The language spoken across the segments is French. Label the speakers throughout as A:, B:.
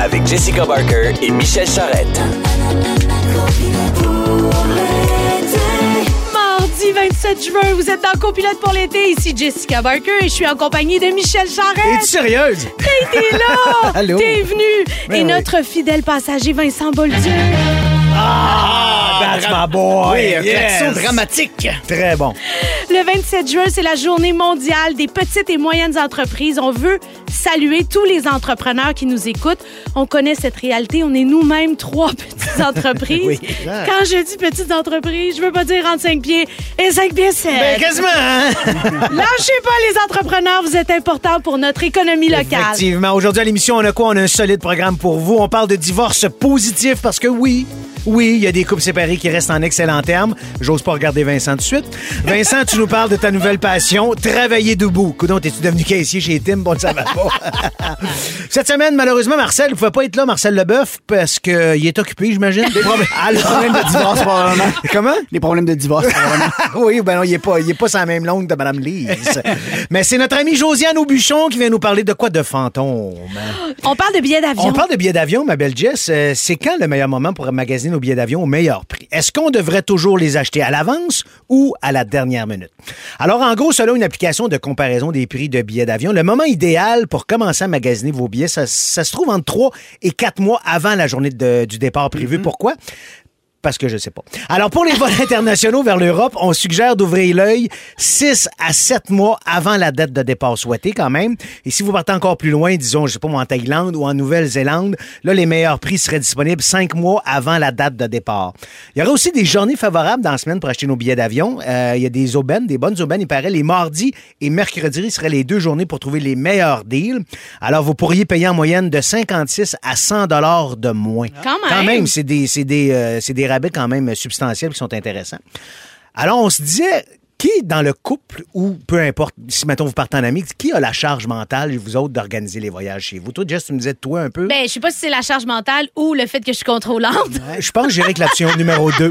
A: avec Jessica Barker et Michel Charrette.
B: Mardi 27 juin, vous êtes dans Copilote pour l'été. Ici Jessica Barker et je suis en compagnie de Michel Charrette.
C: Es-tu sérieuse?
B: Hey, T'es là!
C: Allô?
B: T'es venu!
C: Ben
B: et
C: oui.
B: notre fidèle passager Vincent Bolduc.
C: Ah, Batman Boy!
D: Oui, un
C: yes.
D: klaxon dramatique.
C: Très bon.
B: Le 27 juin, c'est la journée mondiale des petites et moyennes entreprises. On veut saluer tous les entrepreneurs qui nous écoutent. On connaît cette réalité. On est nous-mêmes trois petites entreprises.
C: Oui, exact.
B: Quand je dis petites entreprises, je veux pas dire entre 5 pieds et 5 pieds 7.
D: Euh,
C: Ben, quasiment, hein?
B: Lâchez pas les entrepreneurs, vous êtes importants pour notre économie locale.
C: Effectivement. Aujourd'hui, à l'émission, on a quoi? On a un solide programme pour vous. On parle de divorce positif parce que oui, oui, il y a des couples séparés qui restent en excellent terme. J'ose pas regarder Vincent tout de suite. Vincent, tu nous parles de ta nouvelle passion, travailler debout. Coudon, t'es-tu devenu caissier chez Tim? Bon, ça va pas. Cette semaine, malheureusement, Marcel, il pouvait pas être là, Marcel Leboeuf, parce qu'il est occupé, j'imagine. Alors...
D: Ah, Problème de divorce, probablement.
C: Comment?
D: Les problèmes de divorce, probablement.
C: oui, ben non, il n'est pas, il est pas sur la même longue de Mme Lise. Mais c'est notre amie Josiane Aubuchon qui vient nous parler de quoi? De fantômes.
B: On parle de billets d'avion.
C: On parle de billets d'avion, ma belle Jess. Euh, c'est quand le meilleur moment pour magasiner nos billets d'avion au meilleur prix? Est-ce qu'on devrait toujours les acheter à l'avance ou à la dernière minute? Alors, en gros, selon une application de comparaison des prix de billets d'avion, le moment idéal pour commencer à magasiner vos billets, ça, ça se trouve entre 3 et 4 mois avant la journée de- du départ prévu. Pourquoi? Parce que je sais pas. Alors, pour les vols internationaux vers l'Europe, on suggère d'ouvrir l'œil 6 à 7 mois avant la date de départ souhaitée, quand même. Et si vous partez encore plus loin, disons, je sais pas, moi, en Thaïlande ou en Nouvelle-Zélande, là, les meilleurs prix seraient disponibles 5 mois avant la date de départ. Il y aura aussi des journées favorables dans la semaine pour acheter nos billets d'avion. Euh, il y a des aubaines, des bonnes aubaines. Il paraît les mardis et mercredis seraient les deux journées pour trouver les meilleurs deals. Alors, vous pourriez payer en moyenne de 56 à 100 dollars de moins.
B: Quand même.
C: Quand même, c'est des, c'est des, euh, c'est des rabais quand même substantiels qui sont intéressants. Alors, on se disait, qui dans le couple, ou peu importe, si mettons vous partez en ami, qui a la charge mentale, vous autres, d'organiser les voyages chez vous? Toi, Jess, tu me disais, toi, un peu.
B: Ben, je sais pas si c'est la charge mentale ou le fait que je suis contrôlante.
C: Ouais, Je pense que j'irai avec l'option numéro 2.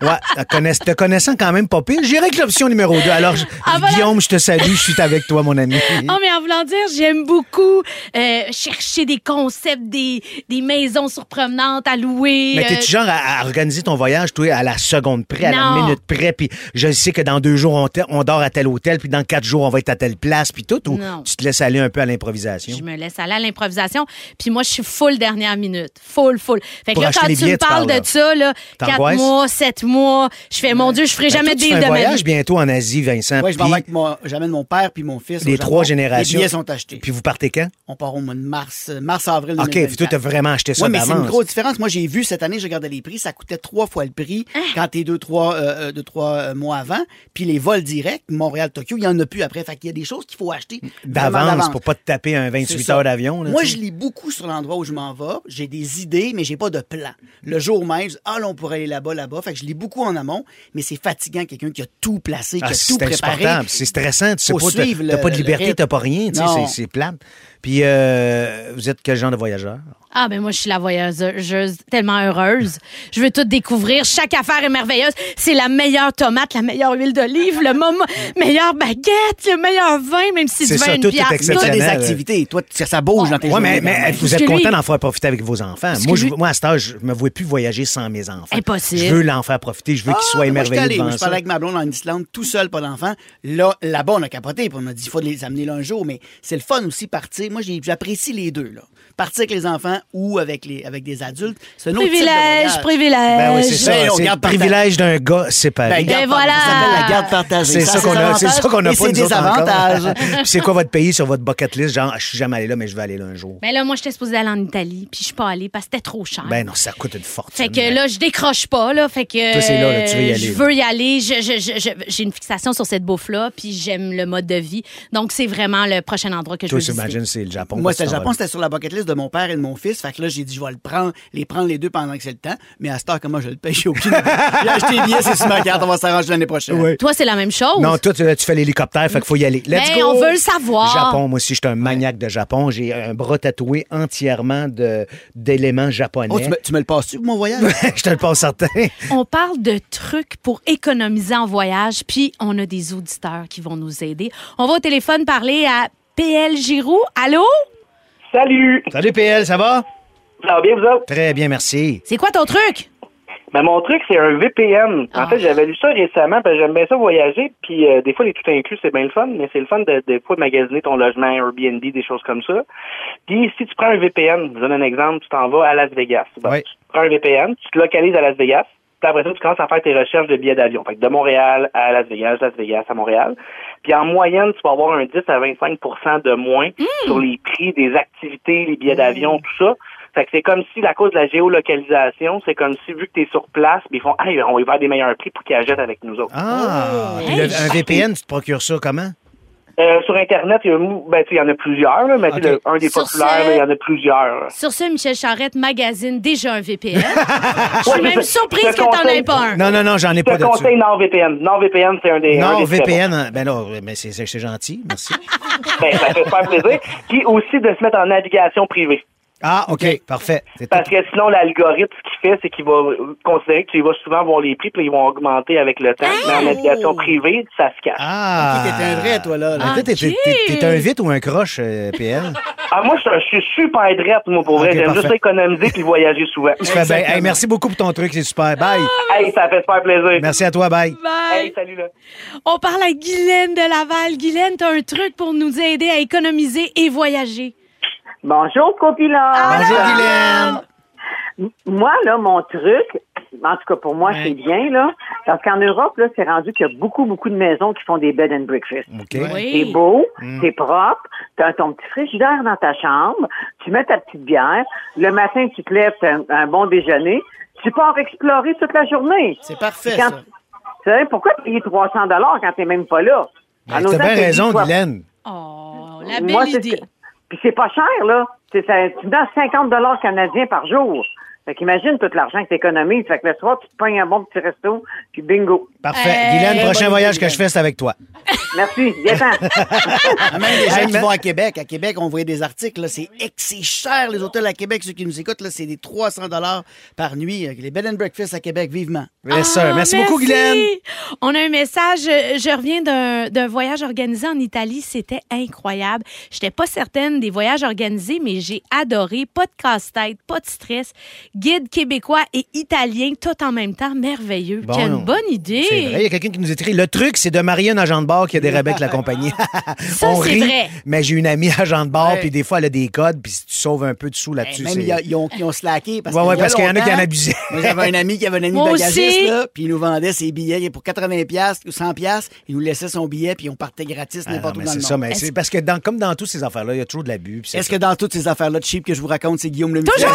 C: Ouais, connaiss- te connaissant quand même pas pire, j'irai avec l'option numéro 2. Alors, je-
B: Ah, voilà.
C: Guillaume, je te salue, je suis avec toi, mon ami.
B: Oh, mais en voulant dire, j'aime beaucoup euh, chercher des concepts, des, des maisons surprenantes à louer.
C: Mais
B: euh,
C: t'es-tu genre à, à organiser ton voyage, toi, à la seconde près, à la
B: Non.
C: minute près, puis je sais que dans deux jours, on, te- on dort à tel hôtel, puis dans quatre jours, on va être à telle place, puis tout, ou
B: Non.
C: tu te laisses aller un peu à l'improvisation?
B: Je me laisse aller à l'improvisation. Puis moi, je suis full dernière minute. Full, full. Fait que
C: Pour
B: là,
C: acheter
B: quand
C: les
B: tu
C: billets,
B: me
C: tu
B: parles
C: parles,
B: de ça, là, quatre
C: T'angoisses?
B: mois, sept mois, je fais, mon Dieu, je ferai
C: Ben,
B: jamais
C: toi,
B: de
C: tu fais
B: deal
C: un
B: de ma
C: voyage
B: vie.
C: bientôt en Asie, Vincent.
D: Oui, je m'en
C: puis
D: vais avec mon- J'amène mon père puis mon fils. au
C: les
D: Japon.
C: trois générations.
D: Les billets sont achetés.
C: Puis vous partez quand?
D: on part au mois de mars, euh, mars-avril.
C: OK, puis toi, t'as vraiment acheté ça
D: Oui, mais c'est une
C: d'avance.
D: grosse différence. Moi, j'ai vu cette année, je regardais les prix, ça coûtait trois fois le prix quand t'es deux, trois, euh, euh, deux, trois euh, mois avant. Puis les vols directs, Montréal-Tokyo, il n'y en a plus après. Fait qu'il y a des choses qu'il faut acheter vraiment
C: D'avance, pour pas te taper un 28
D: ça.
C: heures d'avion. là,
D: Moi,
C: tu
D: je
C: sais.
D: lis beaucoup sur l'endroit où je m'en vais. J'ai des idées, mais j'ai pas de plan. Le jour même, je dis, ah, là, on pourrait aller là-bas, là-bas. Fait que je lis beaucoup en amont, mais c'est fatigant, quelqu'un qui a tout placé, qui
C: Ah,
D: a tout
C: c'est
D: préparé.
C: insupportable, c'est stressant, tu sais
D: Faut
C: pas, t'as-
D: suivre
C: t'as
D: le-
C: pas de
D: le
C: liberté,
D: rythme.
C: t'as pas rien, tu sais,
D: Non.
C: c'est- c'est plate. Puis euh, vous êtes quel genre de voyageur?
B: Ah, ben moi, je suis la voyageuse tellement heureuse. Je veux tout découvrir. Chaque affaire est merveilleuse. C'est la meilleure tomate, la meilleure huile d'olive, le moment, meilleure baguette, le meilleur vin, même si
C: C'est
B: tu
C: ça,
B: veux une
C: tout est
B: pièce.
D: Mais t'as des
C: exceptionnel.
D: activités. Toi, tu- ça bouge dans tes
C: Oui, mais,
D: journées,
C: mais eh,
D: quand même.
C: vous êtes
B: que lui-
C: content d'en faire profiter avec vos enfants.
B: Parce
C: Moi,
B: que
C: je,
B: lui-
C: moi, à cet âge, je me vois plus voyager sans mes enfants.
B: Impossible.
C: Je veux l'en faire profiter, je veux qu'il soit
D: Ah, moi, j'étais
C: émerveillé
D: allé,
C: devant
D: je
C: ça.
D: parlais avec ma blonde en Islande, tout seul, pas d'enfant. Là, là-bas, on a capoté, puis on a dit, il faut les amener là un jour, mais c'est le fun aussi, partir. Moi, j'ai- j'apprécie les deux, là. Partir avec les enfants ou avec, les, avec des adultes, c'est un autre type de
B: Privilège,
D: voyage.
B: privilège.
C: Ben oui, c'est ça.
D: Ben, on
C: C'est le
D: garde par
C: privilège d'un gars séparé.
D: Ben, garde
B: Et
D: partagée,
B: voilà.
D: Ça s'appelle la garde partagée.
C: c'est
D: a
C: ça
D: ses
C: qu'on a, c'est ça
D: avantages
C: qu'on a pas
D: et ses
C: nous autres encore.
D: désavantages.
C: c'est quoi votre pays sur votre bucket list? Genre, je suis jamais allé là, mais je vais aller là un jour.
B: Ben là, moi, j'étais supposée aller en Italie, puis je suis pas allée parce que c'était trop cher.
C: Ben non, ça coûte une fortune.
B: fait que là, je décroche pas, là. Fait que.
C: Toi, c'est là, là, tu
B: euh,
C: veux y aller,
B: Je
C: là.
B: veux y aller. Je- je- je- je- J'ai une fixation sur cette bouffe-là, puis j'aime le mode de vie. Donc, c'est vraiment le prochain endroit que je
C: Toi,
B: veux visiter.
C: t'imagines, c'est le Japon.
D: Moi,
C: que tu
D: c'était le
C: t'en
D: Japon,
C: vas.
D: c'était sur la bucket list de mon père et de mon fils. Fait que là, j'ai dit, je vais le prendre, les prendre les deux pendant que c'est le temps. Mais à cette heure, comment je le paye, j'ai aucune idée. J'ai acheté les billets, c'est sur ma carte, on va s'arranger l'année prochaine.
C: Oui.
B: Toi, c'est la même chose.
C: Non, toi, tu, tu fais l'hélicoptère, fait qu'il faut y aller. Let's
B: Ben,
C: go!
B: on veut le savoir.
C: Japon, moi aussi, je suis un maniaque de Japon. J'ai un bras tatoué entièrement de- d'éléments japonais.
D: Oh, tu me, tu me le passes-tu pour mon voyage?
C: je te le pense certain.
B: On parle de trucs pour économiser en voyage, puis on a des auditeurs qui vont nous aider. On va au téléphone parler à PL Giroux. Allô?
E: Salut!
C: Salut PL, ça va?
E: Ça va bien, vous autres?
C: Très bien, merci.
B: C'est quoi ton truc?
E: Mais mon truc, c'est un VPN. En
B: Ah.
E: fait, j'avais lu ça récemment, parce que j'aime bien ça voyager, puis euh, des fois, les tout inclus, c'est bien le fun, mais c'est le fun de, des fois, de magasiner ton logement, Airbnb, des choses comme ça. Puis, si tu prends un VPN, je vous donne un exemple, tu t'en vas à Las Vegas. Bon,
C: Oui.
E: Tu prends un VPN, tu te localises à Las Vegas, puis après ça, tu commences à faire tes recherches de billets d'avion. Fait que de Montréal à Las Vegas, Las Vegas à Montréal. Puis en moyenne, tu vas avoir un 10 à 25 de moins
B: Mmh!
E: sur les prix des activités, les billets d'avion, tout ça. Fait que c'est comme si, à cause de la géolocalisation, c'est comme si, vu que tu es sur place, ils font, hey, on va y faire des meilleurs prix pour qu'ils achètent avec nous autres.
C: Ah!
B: Oh.
C: Puis le- un VPN, tu te procures ça comment?
E: Euh, sur Internet, il y, a un mou- ben, tu sais, il y en a plusieurs, là, mais tu sais,
C: Ok.
E: le- un des
B: Sur
E: populaires,
B: ce- Ah,
E: là, il y en a plusieurs.
B: Sur ce, Michel Charrette magazine déjà un VPN. Je suis
E: Ouais,
B: même
E: je-
B: surprise
E: je
B: que t'en
E: conseille-
B: aies pas un.
C: Non, non, non, j'en ai
E: Je
C: pas
E: te
C: de ça.
E: conseille NordVPN. NordVPN, c'est un des. un
C: Non,
E: des très
C: VPN, hein, ben là, mais c'est- c'est c'est gentil, merci.
E: bons. Ben, ça fait super plaisir. Puis aussi de se mettre en navigation privée.
C: Ah, OK, parfait. C'est
E: Parce
C: tout.
E: que sinon, l'algorithme, ce qu'il fait, c'est qu'il va euh, considérer que tu vas souvent voir les prix, puis ils vont augmenter avec le temps. Mais en navigation privée, ça se cache.
C: Ah!
D: Ok, t'es un vrai, toi, là, là.
C: Mais toi, t'es- t'es-
B: Ok.
C: t'es t'es un vite ou un croche, euh, PL?
E: Ah, moi, je suis un- je suis super drette, moi, pour vrai.
C: Ok,
E: J'aime
C: parfait.
E: juste économiser puis voyager souvent.
C: Tu fais bien. Hey, merci beaucoup pour ton truc, c'est super. Bye!
E: hey, ça fait super plaisir.
C: Merci à toi, bye!
B: Bye.
E: Hey, salut, là.
B: On parle à Guylaine de Laval. Guylaine, t'as un truc pour nous aider à économiser et voyager.
F: Bonjour, copilote.
C: Bonjour, Guylaine!
F: Moi, là, mon truc, en tout cas pour moi, c'est bien, là, parce qu'en Europe, là, c'est rendu qu'il y a beaucoup, beaucoup de maisons qui font des bed and breakfast.
C: OK.
F: C'est
B: Oui.
F: beau,
C: Mm.
F: c'est propre, tu as ton petit frigidaire dans ta chambre, tu mets ta petite bière, le matin, tu te lèves, t'as un, un bon déjeuner, tu pars explorer toute la journée.
D: C'est parfait,
F: Quand-
D: ça.
F: Tu sais, pourquoi payer 300 dollars quand t'es même pas là?
C: Ben,
F: En
C: T'as
F: autant
C: bien
F: que tu
C: raison,
F: sois-
C: Guylaine.
B: Oh, la
F: Moi, c'est
B: belle
F: ce
B: idée.
F: que- Puis c'est pas cher, là. C'est ça- tu me donnes 50 dollars canadiens par jour. Fait qu'imagine tout l'argent que t'économises. Fait que le soir, tu te pognes un bon petit resto, puis bingo.
C: Parfait.
B: Hey,
C: Guylaine,
D: bonne
C: prochain
D: idée,
C: voyage que
D: Guylaine.
C: je fais, c'est avec toi.
F: Merci. Viens-t'en.
D: Ah, Même les
C: Hey,
D: gens qui
C: mais-
D: vont à Québec. À Québec, on voyait des articles. là, C'est ex- c'est cher, les hôtels à Québec. Ceux qui nous écoutent, là, c'est des 300 par nuit. euh, Les bed and breakfast à Québec, vivement.
C: Yes, sir.
B: Ah,
C: Merci beaucoup, Guylaine!
B: On a un message. euh, Je reviens d'un- d'un voyage organisé en Italie. C'était incroyable. Je n'étais pas certaine des voyages organisés, mais j'ai adoré. Pas de casse-tête, pas de stress. Guide québécois et italien, tout en même temps. Merveilleux.
C: Bon.
B: Quelle bonne
C: C'est vrai, il
B: idée.
C: y a quelqu'un qui nous écrit Le truc, c'est de marier un agent de bar qui a des rabais avec la compagnie.
B: Ça,
C: On
B: c'est
C: rit,
B: vrai.
C: mais j'ai une amie agent de bar,
D: Ouais.
C: puis des fois, elle a des codes, puis si tu sauves un peu de sous
D: Hey,
C: là-dessus,
D: même,
C: c'est-
D: il y a- ils ont, ils ont slacké. Parce
C: Ouais,
D: que
C: ouais,
D: il
C: parce qu'il y en a qui en
D: longtemps,
C: abusaient.
D: Moi, j'avais un ami qui avait un ami
B: Moi aussi.
D: bagagiste, là, puis il nous vendait ses billets pour 80 piastres ou 100 piastres. Il nous laissait son billet, puis on partait gratis
C: Ah non,
D: n'importe où
C: mais
D: dans
C: c'est
D: le
C: ça,
D: monde.
C: mais c'est parce que dans, comme dans toutes ces affaires-là, il y a toujours de l'abus. puis c'est
D: Est-ce
C: ça.
D: que dans toutes ces affaires-là de cheap que je vous raconte, c'est Guillaume le Métivier, le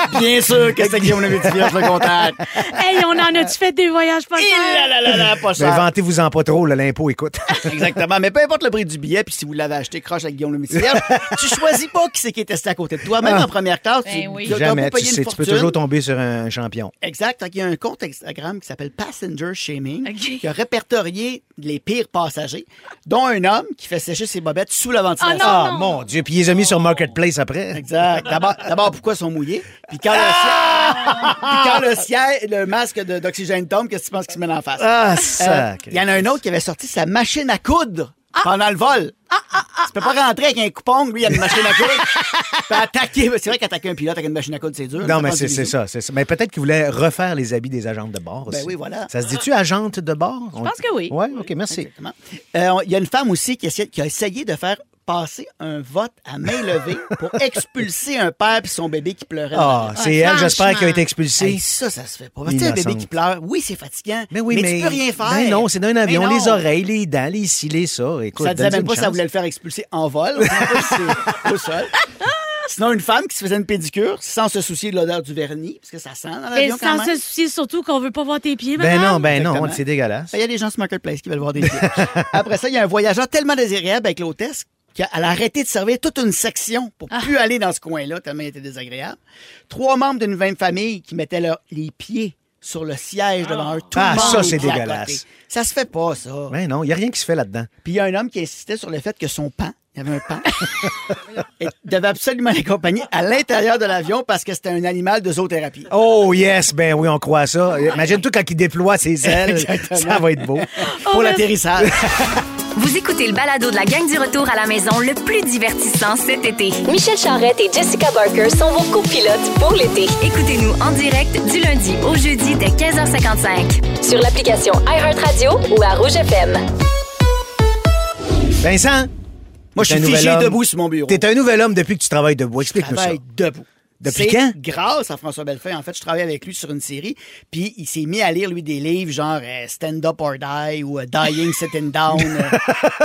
D: contact? Bien sûr que c'est Guillaume le Métivier, le contact.
B: hey, on en a-tu fait des voyages pas
D: Et
B: chers?
D: là, là, là, là, pas
C: Ben,
D: cher.
C: vantez-vous-en pas trop, là, l'impôt, écoute.
D: Exactement. Mais peu importe le prix du billet, puis si vous l'avez acheté croche avec Guillaume Lemaitre, tu choisis pas qui c'est qui est assis à côté de toi. Même en première classe, tu
B: Ben oui.
D: t'as
C: Ah. Jamais,
D: pas
C: tu
D: payé une
C: sais, tu peux
D: fortune.
C: toujours tomber sur un champion.
D: Exact. Fait qu'il y a un compte Instagram qui s'appelle Passenger Shaming
B: Ok.
D: qui a répertorié les pires passagers, dont un homme qui fait sécher ses bobettes sous la ventilation.
B: Oh
C: Ah,
B: non.
C: mon Dieu, puis ils les ont mis sur Marketplace après.
D: Exact. D'abord, d'abord, pourquoi ils sont mouillés? Puis quand le ciel, puis quand le, ciel le masque de- d'oxygène tombe, qu'est-ce que tu penses qu'il se met en face?
C: Ah,
D: Euh,
C: sacré.
D: Il y en a un autre qui avait sorti sa machine à coudre pendant le vol. tu peux pas rentrer avec un coupon, lui, il a une machine à coudre. Puis attaquer. C'est vrai qu'attaquer un pilote avec une machine à coudre, c'est dur. Ça
C: Non, mais
D: prend
C: c'est
D: du
C: c'est
D: bisou.
C: ça, c'est ça. Mais peut-être qu'ils voulaient refaire les habits des agentes de bord aussi.
D: Ben oui, voilà.
C: Ça se dit-tu agente de bord? Je
B: pense que oui.
C: Oui, OK, merci.
D: Exactement. Euh, on- Il y a une femme aussi qui, essaie- qui a essayé de faire passer un vote à main levée pour expulser un père et son bébé qui pleurait.
C: Ah, c'est elle, j'espère, qui a été
D: Hey,
C: expulsée.
D: ça, ça se fait pas. Tu sais, un bébé
C: Innocente.
D: qui pleure, oui, c'est fatigant,
C: Mais oui, mais.
D: tu peux rien faire.
C: Ben non, c'est dans un avion.
D: Ben non.
C: Les oreilles, les dents, les cils, les ça. Écoute,
D: Ça disait
C: donne-y
D: même
C: une
D: pas ça
C: chance.
D: voulait le faire expulser en vol. On sait pas si c'est au sol. Sinon, une femme qui se faisait une pédicure sans se soucier de l'odeur du vernis, parce que ça sent dans
B: Mais
D: l'avion quand
B: sans
D: même.
B: se soucier surtout qu'on veut pas voir tes pieds,
C: Ben
B: madame.
C: non, ben non,
D: Exactement.
C: c'est dégueulasse.
D: Il y a des gens sur Marketplace qui veulent voir des pieds. Après ça, il y a un voyageur tellement désagréable avec l'hôtesse qu'elle a arrêté de servir toute une section pour plus aller dans ce coin-là, tellement il était désagréable. Trois membres d'une même famille qui mettaient leurs- les pieds sur le siège devant eux. Tout
C: Ah,
D: le monde
C: ça, c'est
D: était à
C: dégueulasse.
D: côté. Ça se fait pas, ça.
C: Ben non, il n'y a rien qui se fait là-dedans.
D: Puis il y a un homme qui insistait sur le fait que son pan, il y avait un pan, et devait absolument l'accompagner à l'intérieur de l'avion parce que c'était un animal de zoothérapie.
C: Oh yes, ben oui, on croit à ça. Imagine-toi quand il déploie ses ailes, ça va être beau.
D: Pour
B: mais-
D: l'atterrissage.
G: Vous écoutez le balado de la gang du retour à la maison le plus divertissant cet été.
H: Michel Charrette et Jessica Barker sont vos copilotes pour l'été.
G: Écoutez-nous en direct du lundi au jeudi dès 15h55.
H: Sur l'application iHeartRadio ou à Rouge FM.
C: Vincent,
D: Moi,
C: t'es
D: je suis
C: un nouvel
D: figé
C: homme.
D: debout sur mon bureau.
C: T'es un nouvel homme depuis que tu travailles debout.
D: Je
C: Explique-nous ça.
D: travaille debout.
C: Depuis
D: C'est
C: quand?
D: Grâce à François Bellefeuille. En fait, je travaille avec lui sur une série, puis il s'est mis à lire, lui, des livres genre euh, Stand Up or Die ou euh, Dying Sitting Down. euh,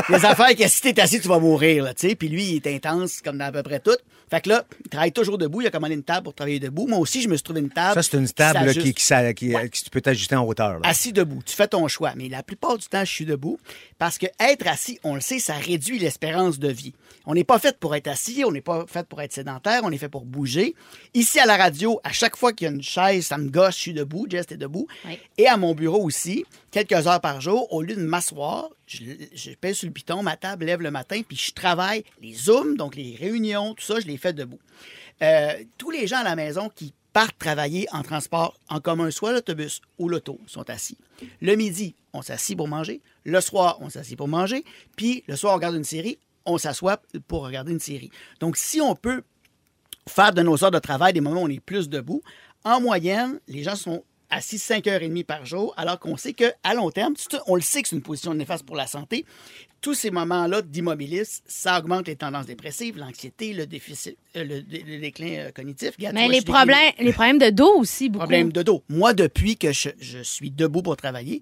D: des affaires que si t'es assis, tu vas mourir, là, tu sais. Puis lui, il est intense, comme dans à peu près tout. Fait que là, il travaille toujours debout. Il a commandé une table pour travailler debout. Moi aussi, je me suis trouvé une table.
C: Ça, c'est une table là,
D: s'ajuste.
C: qui, qui, s'a- qui- qui tu peux t'ajuster en hauteur. là.
D: Assis debout, tu fais ton choix, mais la plupart du temps, je suis debout parce que être assis, on le sait, ça réduit l'espérance de vie. On n'est pas fait pour être assis, on n'est pas fait pour être sédentaire, on est fait pour bouger. Ici à la radio, à chaque fois qu'il y a une chaise, ça me gosse, je suis debout, Jess est debout.
B: Oui.
D: Et à mon bureau aussi, quelques heures par jour, au lieu de m'asseoir, je, je pèse sur le piton, ma table lève le matin, puis je travaille les Zooms, donc les réunions, tout ça, je les fais debout. Euh, tous les gens à la maison qui partent travailler en transport en commun, soit l'autobus ou l'auto, sont assis. Le midi, on s'assit pour manger. Le soir, on s'assit pour manger. Puis le soir, on regarde une série. On s'assoit pour regarder une série. Donc, si on peut faire de nos heures de travail des moments où on est plus debout. En moyenne, les gens sont assis 5h30 par jour, alors qu'on sait qu'à long terme, c'est- on le sait que c'est une position néfaste pour la santé. Tous ces moments-là d'immobilisme, ça augmente les tendances dépressives, l'anxiété, le déficit, euh, le, dé- le déclin euh, cognitif. Regarde,
B: Mais
D: moi,
B: les
D: je suis
B: problèmes, les problèmes de dos aussi, beaucoup.
D: problème de dos. Moi, depuis que je, je suis debout pour travailler,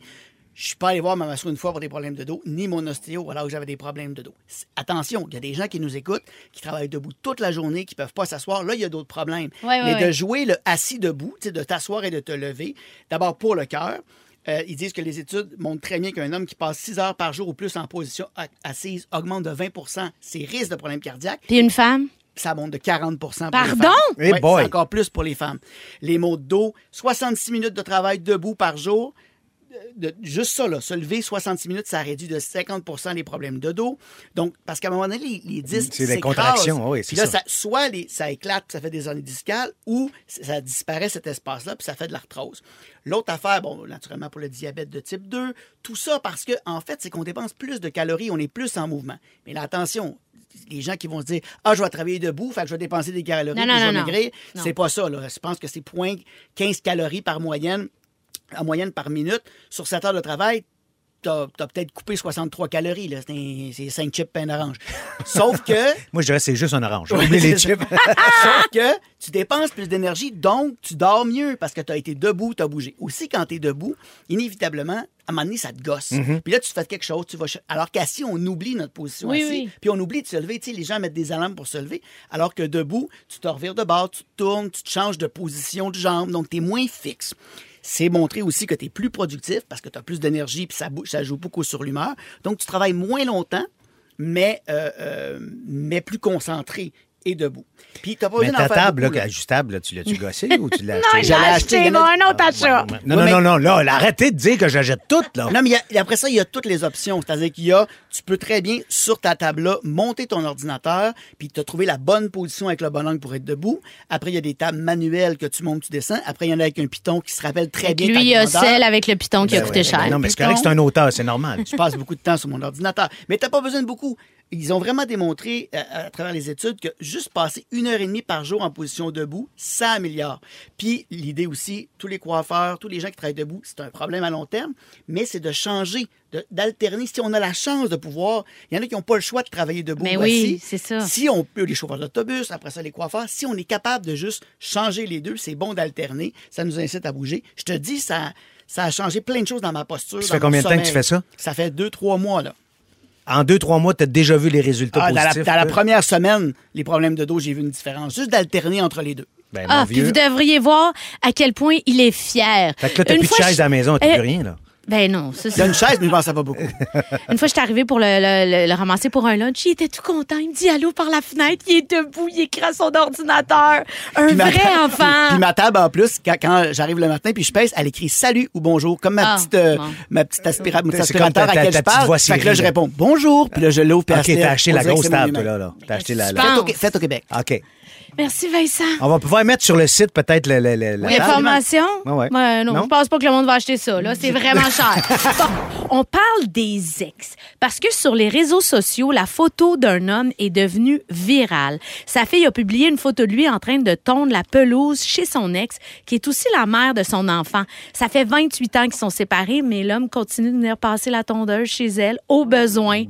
D: je suis pas allé voir ma masseuse une fois pour des problèmes de dos, ni mon ostéo alors que j'avais des problèmes de dos. C'est- Attention, il y a des gens qui nous écoutent, qui travaillent debout toute la journée, qui peuvent pas s'asseoir. Là, il y a d'autres problèmes.
B: Ouais, ouais,
D: Mais
B: ouais.
D: de jouer le assis debout, tu sais, de t'asseoir et de te lever, d'abord pour le cœur. euh, ils disent que les études montrent très bien qu'un homme qui passe 6 heures par jour ou plus en position a- assise augmente de 20 ses risques de problèmes cardiaques
B: Puis une femme.
D: ça monte de 40 pour les
B: Pardon?
D: femmes.
C: Eh
D: Ouais,
C: boy.
D: c'est encore plus pour les femmes. Les maux de dos, 66 minutes de travail debout par jour. De- juste ça, là, se lever 66 minutes, ça réduit de 50 les problèmes de dos. Donc, parce qu'à un moment donné, les, les disques.
C: C'est des
D: s'écrasent.
C: contractions, oui, c'est
D: Puis là,
C: ça.
D: soit les- ça éclate, puis ça fait des hernies discales, ou ça disparaît cet espace-là, puis ça fait de l'arthrose. L'autre affaire, bon, naturellement pour le diabète de type 2, tout ça parce que, en fait, c'est qu'on dépense plus de calories, on est plus en mouvement. Mais là, attention, les gens qui vont se dire Ah, je vais travailler debout, fait que je vais dépenser des calories,
B: Non,
D: puis
B: non,
D: je vais
B: non, non.
D: maigrir.
B: Non.
D: C'est pas ça, là. Je pense que c'est point 15 calories par moyenne, en moyenne par minute, sur 7 heures de travail. T'as t'as peut-être coupé 63 calories, là. C'est un- C'est 5 chips pain d'orange. Sauf que.
C: Moi, je dirais que c'est juste un orange.
D: Ouais,
C: Oublie les
D: c'est
C: chips.
D: Sauf que tu dépenses plus d'énergie, donc tu dors mieux parce que tu as été debout, tu as bougé. Aussi, quand tu es debout, inévitablement, à un moment donné, ça te gosse. Puis là, tu fais quelque chose, tu vas. ch- Alors qu'assis, on oublie notre position
B: Mhm. Oui,
D: assis,
B: oui.
D: puis on oublie de se lever. Tu sais, les gens mettent des alarmes pour se lever, alors que debout, tu te revires de bord, tu te tournes, tu te changes de position de jambe, donc tu es moins fixe. C'est montrer aussi que tu es plus productif parce que tu as plus d'énergie, puis ça, bou- ça joue beaucoup sur l'humeur. Donc, tu travailles moins longtemps, mais, euh, euh, mais plus concentré et debout. Puis, t'as pas
C: Mais
D: besoin d'en
C: ta
D: faire
C: table, là,
D: beaucoup, là.
C: ajustable, là, tu l'as-tu gossé ou tu l'as acheté?
D: je l'ai acheté, il y en a-
B: un autre
C: Ah,
B: achat.
C: Non, non,
D: Ouais, mais-
C: non, non, là, là, arrêtez de dire que j'achète tout, là.
D: Non, mais il y a- après ça, il y a toutes les options. C'est-à-dire qu'il y a, tu peux très bien, sur ta table-là, monter ton ordinateur, puis te trouver la bonne position avec le bon angle pour être debout. Après, il y a des tables manuelles que tu montes, tu descends. Après, il y en a avec un piton qui se rappelle
C: Eh
D: très bien.
B: Lui,
D: ta
B: il y a
D: grandeur.
B: celle avec le piton qui a coûté cher.
C: Ben Non, mais c'est correct, c'est un auteur, c'est normal.
D: Je passe beaucoup de temps sur mon ordinateur. Mais t'as pas besoin de beaucoup. Ils ont vraiment démontré euh, à travers les études que juste passer une heure et demie par jour en position debout, ça améliore. Puis l'idée aussi, tous les coiffeurs, tous les gens qui travaillent debout, c'est un problème à long terme, mais c'est de changer, de- d'alterner. Si on a la chance de pouvoir, il y en a qui n'ont pas le choix de travailler debout.
B: Mais
D: ou
B: Ben oui,
D: assis.
B: c'est ça.
D: Si on peut, les chauffeurs d'autobus, après ça, les coiffeurs, si on est capable de juste changer les deux, c'est bon d'alterner. Ça nous incite à bouger. Je te dis, ça, ça a changé plein de choses dans ma posture.
C: Ça fait
D: dans mon
C: combien de temps que tu
D: sommeil.
C: fais ça?
D: Ça fait deux, trois mois, là.
C: En deux, trois mois, tu as déjà vu les résultats
D: Ah, dans, la,
C: positifs.
D: dans la
C: toi?
D: première semaine, les problèmes de dos, j'ai vu une différence. Juste d'alterner entre les deux.
C: Ben, mon
B: Ah, puis
C: vieux.
B: vous devriez voir à quel point il est fier.
C: Fait que là, t'as
B: Une
C: plus de
B: fois,
C: chaise
B: je-
C: à la maison, t'as
B: Euh,
C: plus rien, là.
B: Ben non, ça,
D: Il y
B: c'est-
D: a une chaise, mais je pense ça pas beaucoup.
B: Une fois, je suis arrivée pour le, le- le- le ramasser pour un lunch. Il était tout content. Il me dit allô par la fenêtre. Il est debout. Il écrase son ordinateur. Un
D: Puis ma-
B: vrai enfant.
D: Puis ma table, en plus, quand, quand j'arrive le matin, puis je pèse, elle écrit salut ou bonjour, comme ma
B: Ah,
D: petite, euh,
B: bon.
D: ma petite aspira- mon petit
C: C'est comme ta-
D: aspirateur à
C: ta-
D: laquelle
C: ta
D: je
C: petite
D: parle.
C: voix
D: Fait que
C: Siri,
D: là, je
C: là.
D: réponds bonjour, puis là, je l'ouvre, puis
C: OK,
D: elle se-
C: t'as acheté
D: on
C: la
D: dirait que
C: grosse
D: c'est mon
C: table,
D: humain.
C: toi, là. là. T'as acheté la...
B: tu
C: la-
B: penses?
D: Faites au, Qué- faites au Québec. Ah.
C: OK.
B: Merci, Vincent.
C: On va pouvoir mettre sur le site peut-être le- le- le- la table.
B: L'information?
C: Ouais, ouais.
B: non,
C: Non?
B: je pense pas que le monde va acheter ça. Là, c'est vraiment cher. Bon, on parle des ex parce que sur les réseaux sociaux, la photo d'un homme est devenue virale. Sa fille a publié une photo de lui en train de tondre la pelouse chez son ex, qui est aussi la mère de son enfant. Ça fait 28 ans qu'ils sont séparés, mais l'homme continue de venir passer la tondeuse chez elle au besoin.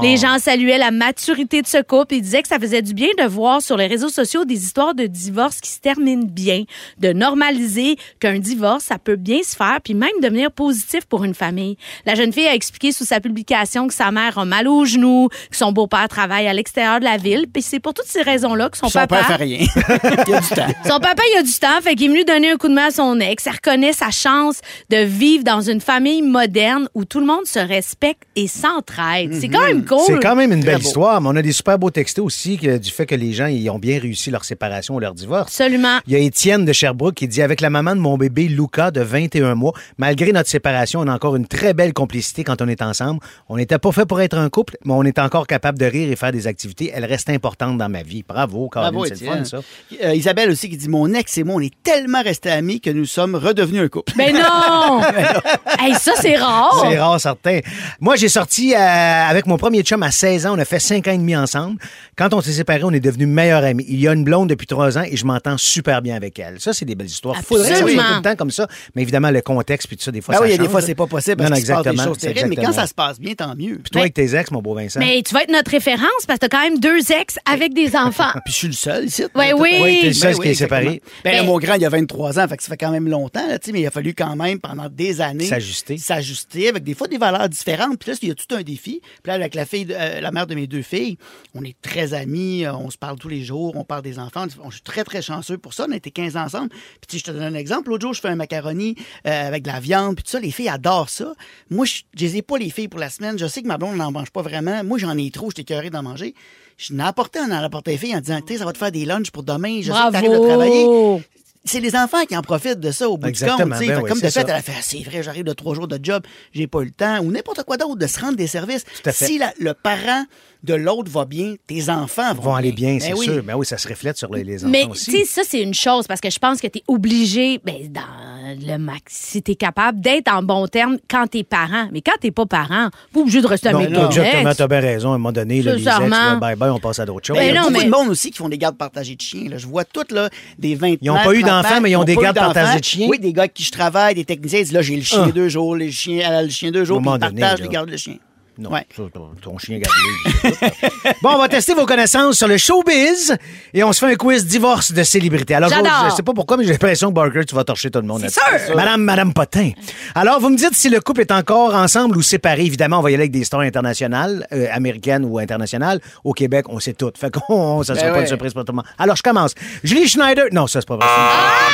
B: Les gens saluaient la maturité de ce couple et disaient que ça faisait du bien de voir sur les réseaux sociaux des histoires de divorce qui se terminent bien, de normaliser qu'un divorce, ça peut bien se faire, puis même devenir positif pour une famille. La jeune fille a expliqué sous sa publication que sa mère a mal aux genoux, que son beau-père travaille à l'extérieur de la ville, puis c'est pour toutes ces raisons-là que son,
D: Son
B: papa...
D: père fait rien. Il y a du temps.
B: Son papa, il a du temps, fait qu'il est venu donner un coup de main à son ex. Elle reconnaît sa chance de vivre dans une famille moderne où tout le monde se respecte et s'entraide. C'est quand même cool.
C: Mhm. C'est quand même une belle
D: beau.
C: histoire, mais on a des super beaux textos aussi que- du fait que les gens ils ont bien réussi leur séparation ou leur divorce.
B: Absolument.
C: Il y a Étienne de Sherbrooke qui dit Avec la maman de mon bébé Luca de 21 mois, malgré notre séparation, on a encore une très belle complicité quand on est ensemble. On n'était pas fait pour être un couple, mais on est encore capable de rire et faire des activités. Elle reste importante dans ma vie. Bravo, Caroline,
D: Bravo,
C: c'est le fun,
D: Étienne.
C: ça.
D: Euh, Isabelle aussi qui dit Mon ex et moi, on est tellement restés amis que nous sommes redevenus un couple.
B: Ben non! hey, ça, c'est rare.
C: C'est rare, certain. Moi, j'ai sorti euh, avec mon premier chum à 16 ans. On a fait 5 ans et demi ensemble. Quand on s'est séparés, on est devenus meilleurs amis. Il y a une blonde depuis 3 ans et je m'entends super bien avec elle. Ça, c'est des belles histoires. Faudrait que ça soit
B: Absolument.
C: tout le temps comme ça. Mais évidemment, le contexte puis tout ça, des fois,
D: Ben
C: ça
D: oui, il y a des
C: change,
D: fois,
C: là.
D: c'est pas possible parce
C: Non, non,
D: qu'il se passe des
C: exactement,
D: choses
C: c'est
D: terribles, mais quand
C: exactement.
D: ça se passe bien, tant mieux.
C: Puis toi, avec tes ex, mon beau Vincent.
B: Mais tu vas être notre référence parce que t'as quand même deux ex avec des enfants.
D: Puis je suis le seul ici.
B: Ouais,
D: Tout-
B: oui. Oui, t'es le
C: seul qui est
D: exactement.
C: séparé.
D: Ben,
B: Ben-
D: mon grand, il y a 23 ans, fait que ça fait quand même longtemps, là, tu sais, mais il a fallu quand même, pendant des années,
C: S'ajuster.
D: S'ajuster avec des fois des valeurs différentes. Puis là, il y a tout un défi. Puis là, avec la, fille, de- euh, la mère de mes deux filles, on est très amis, euh, on se parle tous les jours, on parle des enfants. On, je suis très, très chanceux pour ça. On était 15 ensemble. Puis tu sais, je te donne un exemple. L'autre jour, je fais un macaroni euh, avec de la viande, puis tout ça. Les filles adorent ça. Moi, je je les ai pas les filles pour la semaine. Je sais que ma blonde n'en mange pas vraiment. Moi, j'en ai trop. J'étais écœuré d'en manger. Je n'ai apporté, on en a apporté les filles en disant, tu sais, ça va te faire des lunchs pour demain. Je sais que t'arrives à travailler
B: Bravo!
D: c'est les enfants qui en profitent de ça au bout du
C: Exactement,
D: compte. tu sais.
C: ben
D: Fait
C: oui,
D: comme de
C: c'est
D: fait,
C: ça.
D: elle a fait Ah, c'est vrai, j'arrive de trois jours de job, j'ai pas eu le temps, ou n'importe quoi d'autre, de se rendre des services.
C: à fait.
D: Si la- le parent de l'autre va bien, tes enfants vont,
C: Ils vont aller bien,
D: Ben
C: c'est
D: oui.
C: sûr. Mais oui, ça se reflète sur les, les enfants
B: Mais tu
C: aussi.
B: sais, ça, c'est une chose parce que je pense que tu es obligé, ben, dans le max, si tu es capable d'être en bon terme quand t'es parent. Mais quand t'es pas parent, pas obligé de rester
C: Non,
B: avec
C: non,
B: ton
C: exactement,
B: ex.
C: t'as bien raison. À un moment donné, là, les ex,
B: Sincèrement.
C: là, bye bye, on passe à d'autres choses.
D: Ben, il y
B: Mais
D: a
B: non,
D: beaucoup
B: mais-
D: de monde aussi qui font des gardes partagées de chiens. là. Je vois toutes là, des 20
C: Ils ont pas eu d'enfants, mais ils ont des gardes partagées de chiens.
D: Oui, des gars avec qui je travaille, des techniciens, ils disent là, j'ai le chien
C: Ah.
D: deux jours, le chien, elle a le chien deux jours, puis
C: moment
D: ils
C: donné,
D: partagent
C: là.
D: les gardes de chiens.
C: Non,
D: Ouais.
C: ça, ton, ton chien gardé. bon, on va tester vos connaissances sur le showbiz et on se fait un quiz divorce de célébrité. Alors, je-
B: J'adore.
C: je, sais pas pourquoi, mais j'ai l'impression que Barker, tu vas torcher tout le monde.
B: C'est
C: là-dessus.
B: sûr.
C: Madame, Madame Potin. Alors, vous me dites si le couple est encore ensemble ou séparé. Évidemment, on va y aller avec des histoires internationales, euh, américaines ou internationales. Au Québec, on sait tout. Fait qu'on,
B: Ben
C: ça sera pas une surprise pour tout le monde. Alors, je commence. Julie Schneider. Non, ça, c'est pas vrai.
B: Ah!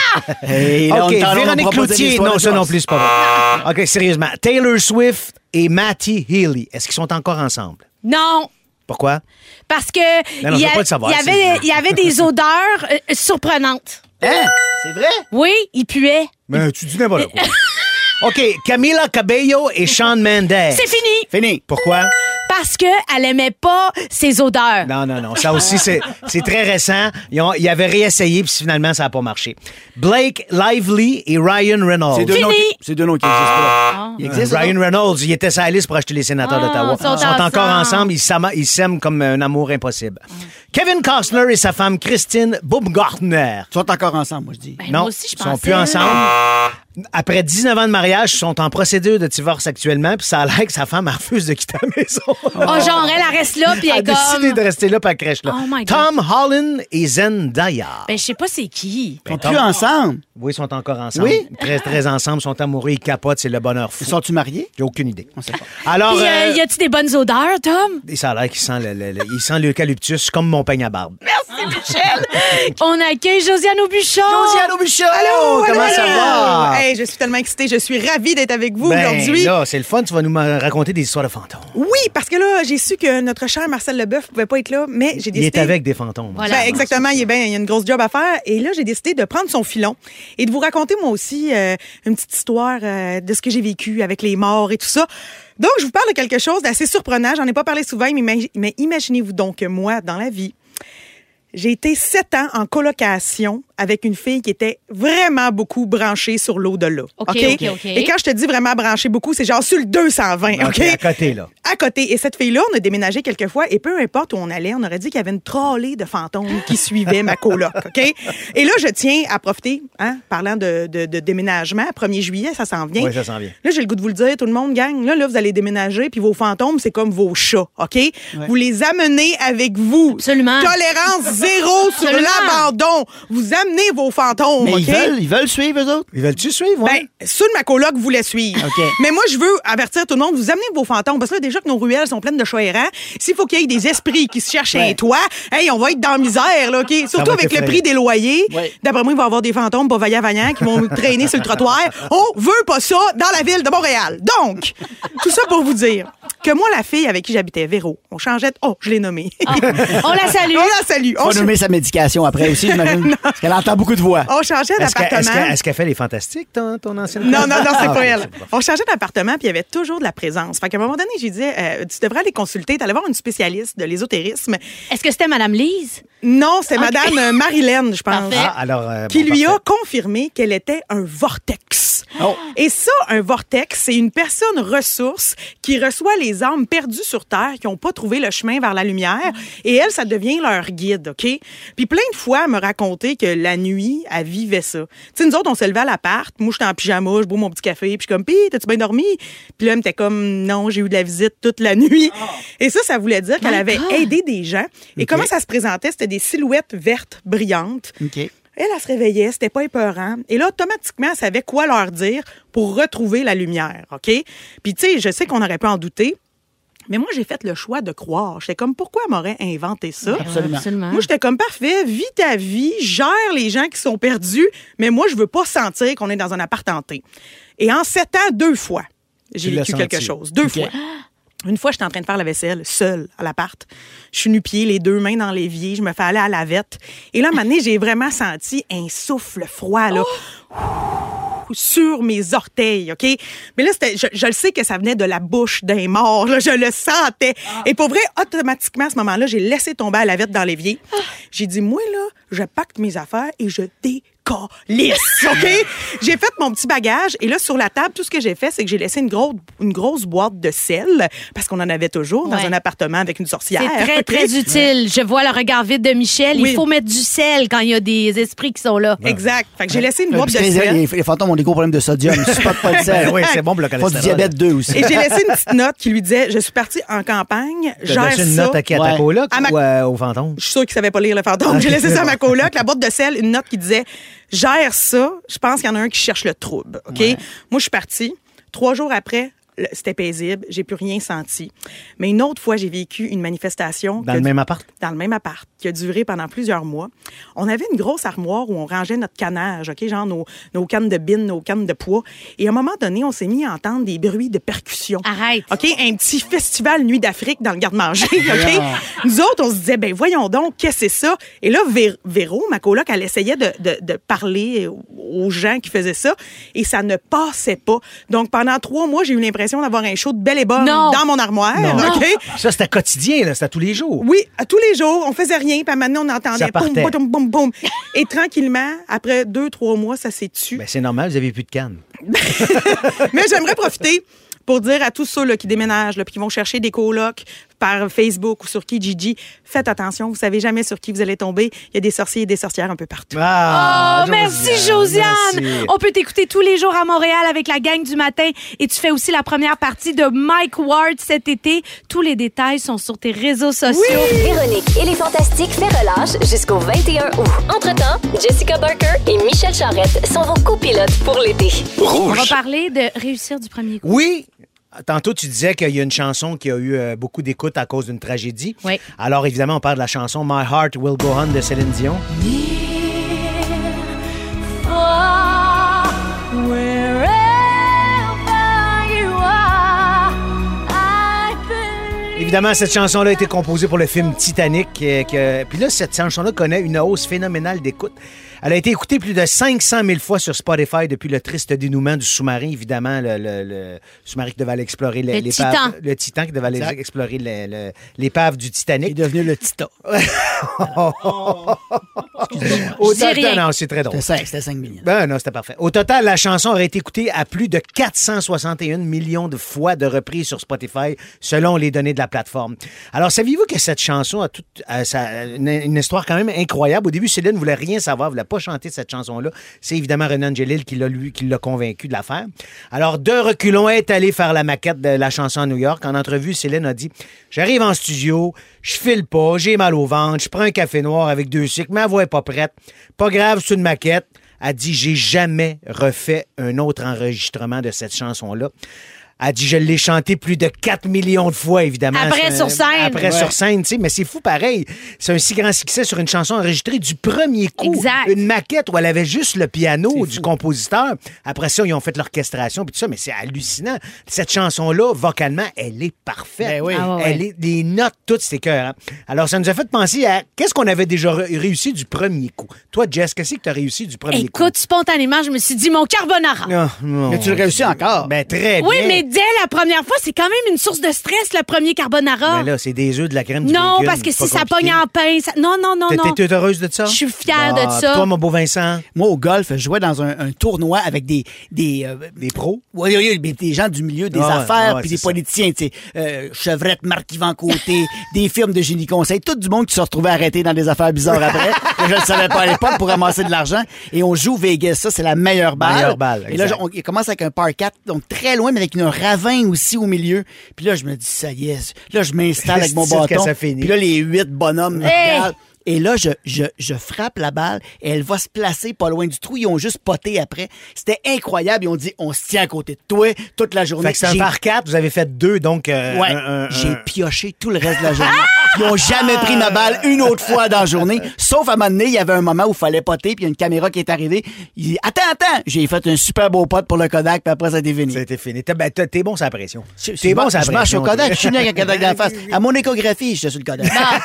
D: Et là, on
C: OK,
D: est en train de
C: Véronique
D: proposer
C: Cloutier,
D: l'histoire
C: non,
D: de Ah.
C: ça non
D: divorce.
C: plus, c'est pas vrai. OK, sérieusement, Taylor Swift et Matty Healy, est-ce qu'ils sont encore ensemble?
B: Non!
C: Pourquoi?
B: Parce que
C: Non, non,
B: il y,
C: je veux
B: a-
C: pas le savoir,
B: il y
C: c'est-
B: avait, il y avait des odeurs euh, surprenantes.
D: Hein? C'est vrai?
B: Oui, il puait.
C: Mais tu dis n'importe quoi. OK, Camila Cabello et Sean Mendes.
B: C'est fini
D: Fini.
C: Pourquoi?
B: parce que elle aimait pas ses odeurs.
C: Non, non, non. Ça aussi, c'est c'est très récent. Ils, ont, ils avaient réessayé, puis finalement, ça n'a pas marché. Blake Lively et Ryan Reynolds.
D: C'est deux,
B: Fini.
D: noms qui- c'est deux noms qui existent pas. Il existe, ça,
C: Ryan Reynolds, il était sa liste pour acheter les sénateurs
B: Ah,
C: d'Ottawa.
B: ils sont
C: encore
B: ensemble.
C: ensemble, ils s'ama- ils s'aiment comme un amour impossible. Kevin Costner et sa femme Christine Baumgartner.
D: Ils sont encore ensemble, moi je dis.
B: Ben,
C: non,
B: moi aussi, je
C: ils sont
B: pensais.
C: plus ensemble. Après 19 ans de mariage, ils sont en procédure de divorce actuellement, puis ça a l'air que sa femme elle refuse de quitter la maison.
B: Oh, genre, elle, elle reste là, puis
C: Elle a
B: elle est
C: décidé
B: comme...
C: de rester là, par crèche là.
B: Oh my God.
C: Tom Holland et Zendaya. Ben,
B: Ben, je sais pas c'est qui.
D: Ils sont
C: Ah.
D: plus ensemble.
C: Oui, ils sont encore ensemble.
D: Oui?
C: Très, très ensemble, sont amoureux, ils capotent, c'est le bonheur fou.
D: Ils sont-tu mariés?
C: J'ai aucune idée.
D: On sait pas.
C: Alors,
B: Puis, euh,
C: euh,
B: y a-tu des bonnes odeurs, Tom?
C: Et ça a l'air qu'il sent le- le- le- il sent l'eucalyptus comme mon peigne à barbe.
B: On accueille Josiane Aubuchon.
C: Allô, comment ça va?
I: Hey, je suis tellement excitée. Je suis ravie d'être avec vous
C: Ben,
I: aujourd'hui.
C: là, c'est le fun, tu vas nous ma- raconter des histoires de fantômes.
I: Oui, parce que là, j'ai su que notre cher Marcel Leboeuf pouvait pas être là, mais j'ai
C: Il
I: décidé.
C: est avec des fantômes.
B: Voilà.
I: Ben, exactement, il, est bien, il y a une grosse job à faire. Et là, j'ai décidé de prendre son filon et de vous raconter moi aussi euh, une petite histoire euh, de ce que j'ai vécu avec les morts et tout ça. Donc, je vous parle de quelque chose d'assez surprenant. J'en ai pas parlé souvent, mais, imagi- mais imaginez-vous donc que moi, dans la vie, J'ai été sept ans en colocation avec une fille qui était vraiment beaucoup branchée sur l'au-delà.
B: OK, OK, OK.
I: Et quand je te dis vraiment branchée beaucoup, c'est genre sur le 220, OK?
C: OK, à côté, là.
I: À côté. Et cette fille-là, on a déménagé quelques fois et peu importe où on allait, on aurait dit qu'il y avait une trollée de fantômes qui suivaient ma coloc, OK? Et là, je tiens à profiter, hein, parlant de, de- de déménagement, 1er juillet, ça s'en vient.
C: Oui, ça s'en vient.
I: Là, j'ai le goût de vous le dire, tout le monde, gang. Là, là vous allez déménager, puis vos fantômes, c'est comme vos chats, OK? Vous les amenez avec vous.
B: Absolument.
I: Tolérance zéro sur
B: Absolument.
I: l'abandon. Vous amenez vos fantômes,
D: Mais
I: OK?
D: ils veulent, ils veulent suivre, eux autres.
C: Ils veulent-tu suivre? ouais?
I: Ben, ceux de ma coloc voulaient suivre.
D: OK.
I: Mais moi, je veux avertir tout le monde, vous amenez vos fantômes. Parce que là, déjà que nos ruelles sont pleines de chats errants, s'il faut qu'il y ait des esprits qui se cherchent un toit, hey, on va être dans la misère, là, OK? Surtout
C: va
I: avec le
C: t'effrayer.
I: prix des loyers.
D: Ouais.
I: D'après moi, il va y avoir des fantômes pas vaillants vaillants qui vont traîner sur le trottoir. On veut pas ça dans la ville de Montréal. Donc, tout ça pour vous dire que moi, la fille avec qui j'habitais, Véro, on changeait de... Oh, je l'ai nommée.
B: Ah, on la salue.
I: on la salue.
D: On
I: On,
D: va nommer sa médication après aussi, j'imagine. Parce qu'elle entend beaucoup de voix.
I: on changeait
C: Est-ce qu'elle
I: d'appartement.
C: est-ce qu'elle- est-ce qu'elle fait les fantastiques, ton, ton ancienne
I: Non, non, non,
C: Ah,
I: c'est pas
C: ok,
I: elle.
C: c'est bon.
I: On changeait d'appartement, puis il y avait toujours de la présence. Fait qu'à un moment donné, j'ai dit, euh, tu devrais aller consulter, t'allais voir une spécialiste de l'ésotérisme.
B: Est-ce que c'était Madame Lise?
I: Non, c'est Madame euh, Marilyn, je pense.
B: Parfait.
C: Ah, alors, euh,
I: Qui
C: bon,
I: lui a
C: parfait.
I: confirmé qu'elle était un vortex.
D: Oh.
I: Et ça, un vortex, c'est une personne ressource qui reçoit les âmes perdues sur Terre qui n'ont pas trouvé le chemin vers la lumière. Et elle, ça devient leur guide, OK? Puis plein de fois, elle me racontait que la nuit, elle vivait ça. Tu sais, nous autres, on se levait à l'appart. Moi, j'étais en pyjama, je bois mon petit café. Puis je suis comme, pis, t'as-tu bien dormi? Puis là, elle était comme, non, j'ai eu de la visite toute la nuit. Et ça, ça voulait dire qu'elle avait aidé des gens. Et comment ça se présentait? C'était des silhouettes vertes brillantes.
D: OK.
I: Elle, elle se réveillait, c'était pas épeurant. Et là, automatiquement, elle savait quoi leur dire pour retrouver la lumière, OK? Puis, tu sais, je sais qu'on aurait pu en douter, mais moi, j'ai fait le choix de croire. J'étais comme, pourquoi elle m'aurait inventé ça?
D: Absolument.
I: Moi, j'étais comme parfait, vis ta vie, gère les gens qui sont perdus, mais moi, je veux pas sentir qu'on est dans un appartenté. Et en sept ans, deux fois, j'ai
C: Tu l'as
I: vécu quelque
C: senti.
I: chose. Deux fois. Une fois, j'étais en train de faire la vaisselle, seule, à l'appart. Je suis nu-pied, les deux mains dans l'évier, je me fais aller à la vette. Et là, à un moment donné, j'ai vraiment senti un souffle froid,
C: Oh!
I: là sur mes orteils, OK? Mais là, c'était- je, je le sais que ça venait de la bouche d'un mort, là, je le sentais. Et pour vrai, automatiquement, à ce moment-là, j'ai laissé tomber à la vette dans l'évier. J'ai dit, moi, là, je pacte mes affaires et je décalisse, OK? j'ai fait mon petit bagage et là, sur la table, tout ce que j'ai fait, c'est que j'ai laissé une, grosse une grosse boîte de sel, parce qu'on en avait toujours dans
B: Ouais.
I: un appartement avec une sorcière.
B: C'est très,
I: OK?
B: très utile. Je vois le regard vide de Michel.
I: Oui.
B: Il faut mettre du sel quand il y a des esprits qui sont là.
C: Ben,
I: Exact. Fait que j'ai laissé une
D: Euh,
I: boîte
D: puis
I: de
D: les,
I: sel.
D: les- les fantômes ont des gros problèmes de sodium. Tu pas pas le sel.
C: Ben oui, c'est bon pour le
D: Faut du
C: cholestérol.
D: diabète 2 aussi.
I: Et j'ai laissé une petite note qui lui disait, je suis partie en campagne,
C: T'as
I: gère
C: laissé une
I: ça.
C: note à qui? À
D: Ouais.
C: ta coloc
I: À ma-
C: ou euh, au fantôme?
I: Je suis sûre qu'il savait pas lire le fantôme.
C: Ah,
I: J'ai laissé ça à ma coloc, la boîte de sel, une note qui disait Gère ça, je pense qu'il y en a un qui cherche le trouble. OK? Moi, je suis partie. Trois jours après, le- c'était paisible, j'ai plus rien senti. Mais une autre fois, j'ai vécu une manifestation.
C: Dans
I: que-
C: le même appart?
I: Dans le même appart, qui a duré pendant plusieurs mois. On avait une grosse armoire où on rangeait notre canage, OK? Genre nos, nos cannes de bine, nos cannes de poids. Et à un moment donné, on s'est mis à entendre des bruits de percussion.
B: Arrête.
I: OK, un petit festival Nuit d'Afrique dans le garde-manger, OK? Nous autres, on se disait, ben voyons donc, qu'est-ce que c'est ça? Et là, Vé- Véro, ma coloc, elle essayait de, de- de parler aux gens qui faisaient ça et ça ne passait pas. Donc, pendant trois mois, j'ai eu l'impression d'avoir un show de belle et bonne
B: Non.
I: dans mon armoire,
C: Non.
I: OK?
C: Ça, c'était quotidien, là, c'était tous les jours.
I: Oui, à tous les jours, on faisait rien, puis maintenant on entendait
C: Ça
I: boum,
C: partait.
I: boum, boum, boum. Et tranquillement, après deux, trois mois, ça s'est tu.
C: Ben, c'est normal, vous avez plus de canne.
I: Mais j'aimerais profiter pour dire à tous ceux là, qui déménagent, là, puis qui vont chercher des colocs par Facebook ou sur Kijiji, faites attention, vous savez jamais sur qui vous allez tomber. Il y a des sorciers et des sorcières un peu partout.
C: Ah,
B: Oh, merci Josiane.
C: Merci.
B: On peut t'écouter tous les jours à Montréal avec la gang du matin et tu fais aussi la première partie de Mike Ward cet été. Tous les détails sont sur tes réseaux sociaux.
H: Véronique et les Fantastiques fait relâche jusqu'au 21 août. Entre-temps, Jessica Barker et Michel Charrette sont vos copilotes pour l'été.
B: On
A: Rouge.
B: va parler de réussir du premier coup.
C: Oui. Tantôt, tu disais qu'il y a une chanson qui a eu euh, beaucoup d'écoute à cause d'une tragédie.
B: Oui.
C: Alors, évidemment, on parle de la chanson My Heart Will Go On de Céline Dion. Évidemment, cette chanson-là a été composée pour le film Titanic. euh, que- Puis là, cette chanson-là connaît une hausse phénoménale d'écoute. Elle a été écoutée plus de 500 000 fois sur Spotify depuis le triste dénouement du sous-marin, évidemment, le, le- le sous-marin qui devait aller explorer le-
B: Le
C: l'épave.
B: Titan.
C: Le Titan qui devait aller
D: Exact.
C: explorer le- le- l'épave du Titanic.
D: Il est devenu le Tita.
C: Au
B: Je dis rien.
C: non, c'est très drôle.
D: C'était 5, c'était 5 millions.
C: Ben non, c'était parfait. Au total, la chanson aurait été écoutée à plus de 461 millions de fois de reprises sur Spotify, selon les données de la plateforme. Alors, saviez-vous que cette chanson a, toute, a sa- une, une histoire quand même incroyable? Au début, Céline voulait rien savoir, voulait pas chanter cette chanson-là. C'est évidemment Renan Angelil qui l'a lui, qui l'a convaincu de la faire. Alors, De Reculons est allé faire la maquette de la chanson à New York. En entrevue, Céline a dit J'arrive en studio, je file pas, j'ai mal au ventre, je prends un café noir avec deux cycles, ma voix est pas prête. Pas grave, c'est une maquette a dit j'ai jamais refait un autre enregistrement de cette chanson là. A dit je l'ai chanté plus de 4 millions de fois évidemment.
B: Après,
C: C'est un-
B: sur scène.
C: Après
B: Ouais.
C: sur scène, tu sais, mais c'est fou pareil. C'est un si grand succès sur une chanson enregistrée du premier coup,
B: Exact.
C: une maquette où elle avait juste le piano du compositeur. Après ça, ils ont fait l'orchestration puis tout ça, mais c'est hallucinant. Cette chanson là, vocalement, elle est parfaite.
D: Ben oui.
B: Ah ouais, ouais.
C: Elle est des notes toutes ces cœurs. Alors ça nous a fait penser à qu'est-ce qu'on avait déjà re- réussi du premier coup. Toi Jess, qu'est-ce que tu as réussi du premier coup
B: Écoute, spontanément, je me suis dit mon carbonara.
C: non, non.
D: Mais tu le réussis encore.
C: Ben, très
B: Oui,
C: bien.
B: mais dès la première fois, c'est quand même une source de stress, le premier carbonara.
C: Ben là, c'est des œufs de la crème du
B: ah. non,
C: bacon,
B: parce que
C: c'est
B: si
C: pas
B: ça
C: compliqué.
B: pogne en pain, ça... non, non, non,
C: T'es-
B: non.
C: T'es t'es heureuse de ça?
B: Je suis fière de
C: Ah,
B: ça.
C: Toi, mon beau Vincent,
D: Moi, au golf, je jouais dans un, un tournoi avec des. des euh,
C: des pros.
D: oui, oui, oui, mais des gens du milieu des
C: Ah ouais, ah
D: affaires,
C: ouais,
D: puis
C: c'est
D: des
C: ça.
D: politiciens, tu sais, euh, Chevrette, Marc Yvan Côté, des firmes de génie conseil, tout du monde qui se retrouvait arrêté dans des affaires bizarres après. je ne savais pas à l'époque pour ramasser de l'argent. Et on joue Vegas, ça, c'est la meilleure balle.
C: Meilleure balle,
D: Et là,
C: exact.
D: on il commence avec un par 4, donc très loin, mais avec une ravin aussi au milieu. Puis là, je me dis, ça y est, là, je m'installe avec mon
C: C'est-tu que
D: bâton.
C: ça finit?
D: Puis là, les huit bonhommes me
B: Hey!
D: regardent. Et là, je, je, je frappe la balle et elle va se placer pas loin du trou. Ils ont juste poté après. C'était incroyable. Ils ont dit, on se tient à côté de toi toute la journée.
C: Fait que c'est un
D: J'ai-
C: par quatre, vous avez fait deux, donc euh,
D: Ouais,
C: un- un-
D: j'ai
C: un-
D: pioché tout le reste de la journée. Ils ont jamais pris ma balle une autre fois dans la journée. Sauf à un moment donné, il y avait un moment où il fallait poter, puis il y a une caméra qui est arrivée. Il dit, attends, attends! J'ai fait un super beau pot pour le Kodak, puis après, ça a été fini.
C: Ça a été fini. T'es ben, t'es- t'es bon, ça la pression.
D: Je- je
C: T'es bon,
D: mar-
C: ça la
D: Je marche
C: pression.
D: au Kodak. Je suis né avec un Kodak dans la face. À mon échographie, j'étais sur le Kodak.
B: Ah.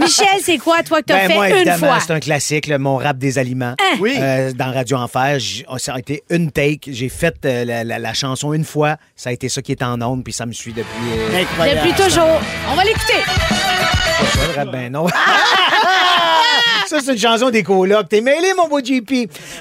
B: Michel, c'est quoi, toi, que t'as
C: Ben, moi,
B: fait une
C: évidemment,
B: fois? Hein?
C: c'est un classique, le- mon rap des aliments.
D: Oui.
C: Euh, dans Radio Enfer, j- oh, ça a été une take. J'ai fait euh, la, la- la chanson une fois. Ça a été ça qui est en ondes, puis ça me suit depuis. euh,
D: Incroyable.
B: Depuis toujours. On va l'écouter.
C: Ça, le rap, ben non. Ça, c'est une chanson des colocs. T'es mêlé, mon beau JP.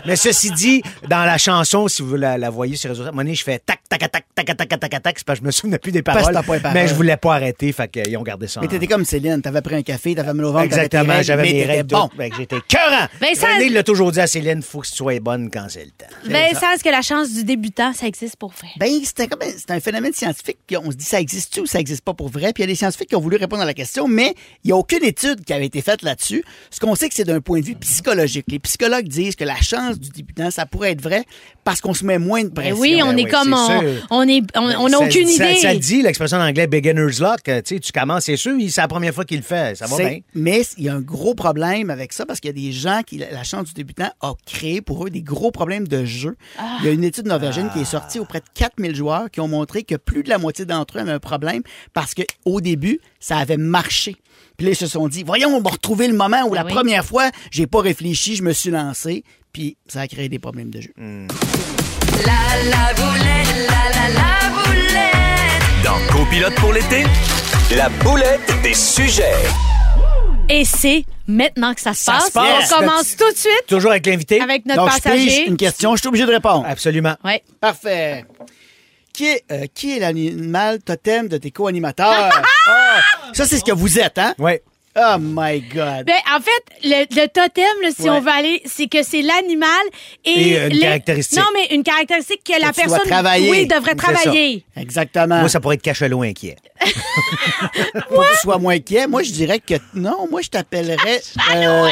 C: Mais ceci dit, dans la chanson, si vous la, la voyez sur les réseaux sociaux, à un moment donné, je fais tac, tac, tac, tac, tac, tac, tac, tac, tac. C'est parce que je me souvenais plus des
D: que
C: paroles.
D: t'as pas les paroles.
C: Mais je voulais pas arrêter, fait qu'ils ont gardé ça.
D: Mais
C: en-
D: t'étais comme Céline, t'avais pris un café, t'avais mal au ventre. t'avais tes
C: Exactement,
D: règles,
C: j'avais
D: mais
C: mes
D: t'étais
C: règles.
D: Bon.
C: toutes. Fait que J'étais cœurant.
B: Vincent-
C: René l'a toujours dit à Céline, faut que tu sois bonne quand c'est le temps.
B: Vincent, Ben, est-ce que la chance du débutant, ça existe pour vrai?
D: Ben, c'est un, comme un- c'est un phénomène scientifique. Puis on se dit, ça existe-tu ou ça existe pas pour vrai? Puis il y a des scientifiques qui ont voulu répondre à la question, mais il n'y a aucune étude qui avait été faite là-dessus. Ce qu'on sait, que c'est d'un point de vue psychologique. Les psychologues disent que la chance du débutant, ça pourrait être vrai parce qu'on se met moins de
B: Ben
D: pression.
B: oui, on
C: ben
B: est
C: oui,
B: comme
C: c'est
B: on,
C: sûr.
B: on est, on, on a
C: Ça-
B: aucune
C: ça-
B: idée.
C: Ça, dit l'expression en anglais beginner's luck. euh, Tu sais, tu commences, c'est sûr, il- c'est la première fois qu'il le fait. Ça va
D: C'est-
C: bien.
B: Ben.
D: Mais il y a un gros problème avec ça parce qu'il y a des gens qui, la la chance du débutant a créé pour eux des gros problèmes de jeu. Il y a une étude norvégienne qui est sortie auprès de 4000 joueurs qui ont montré que plus de la moitié d'entre eux avaient un problème parce qu'au début, ça avait marché. Puis là, ils se sont dit, voyons, on va retrouver le moment où la
B: oui.
D: première fois, j'ai pas réfléchi, je me suis lancé. Puis ça a créé des problèmes de jeu.
A: Dans Copilote pour l'été, la boulette des sujets.
B: Et c'est maintenant que ça se passe.
C: se passe.
B: On commence tout de suite
C: Toujours avec l'invité.
B: avec notre
D: Donc, je pige
B: passager.
D: une question, je suis obligé de répondre.
C: Absolument.
B: Ouais.
D: Parfait. Qui est, euh, qui est l'animal totem de tes co-animateurs? Ah, ça, c'est ce que vous êtes, hein?
C: Ouais.
D: Oh my God.
B: Ben, en fait, le, le totem, là, si
D: Ouais.
B: on veut aller, c'est que c'est l'animal et,
C: Et une
B: les-
C: caractéristique.
B: Non, mais une caractéristique que la
D: tu dois
B: personne
D: travailler.
B: oui, devrait
D: C'est
B: travailler.
D: Exactement.
B: Ah.
C: Moi, ça pourrait être cachelot inquiet.
D: Pour que tu sois moins inquiet, moi, je dirais que... Non, moi, je t'appellerais... euh,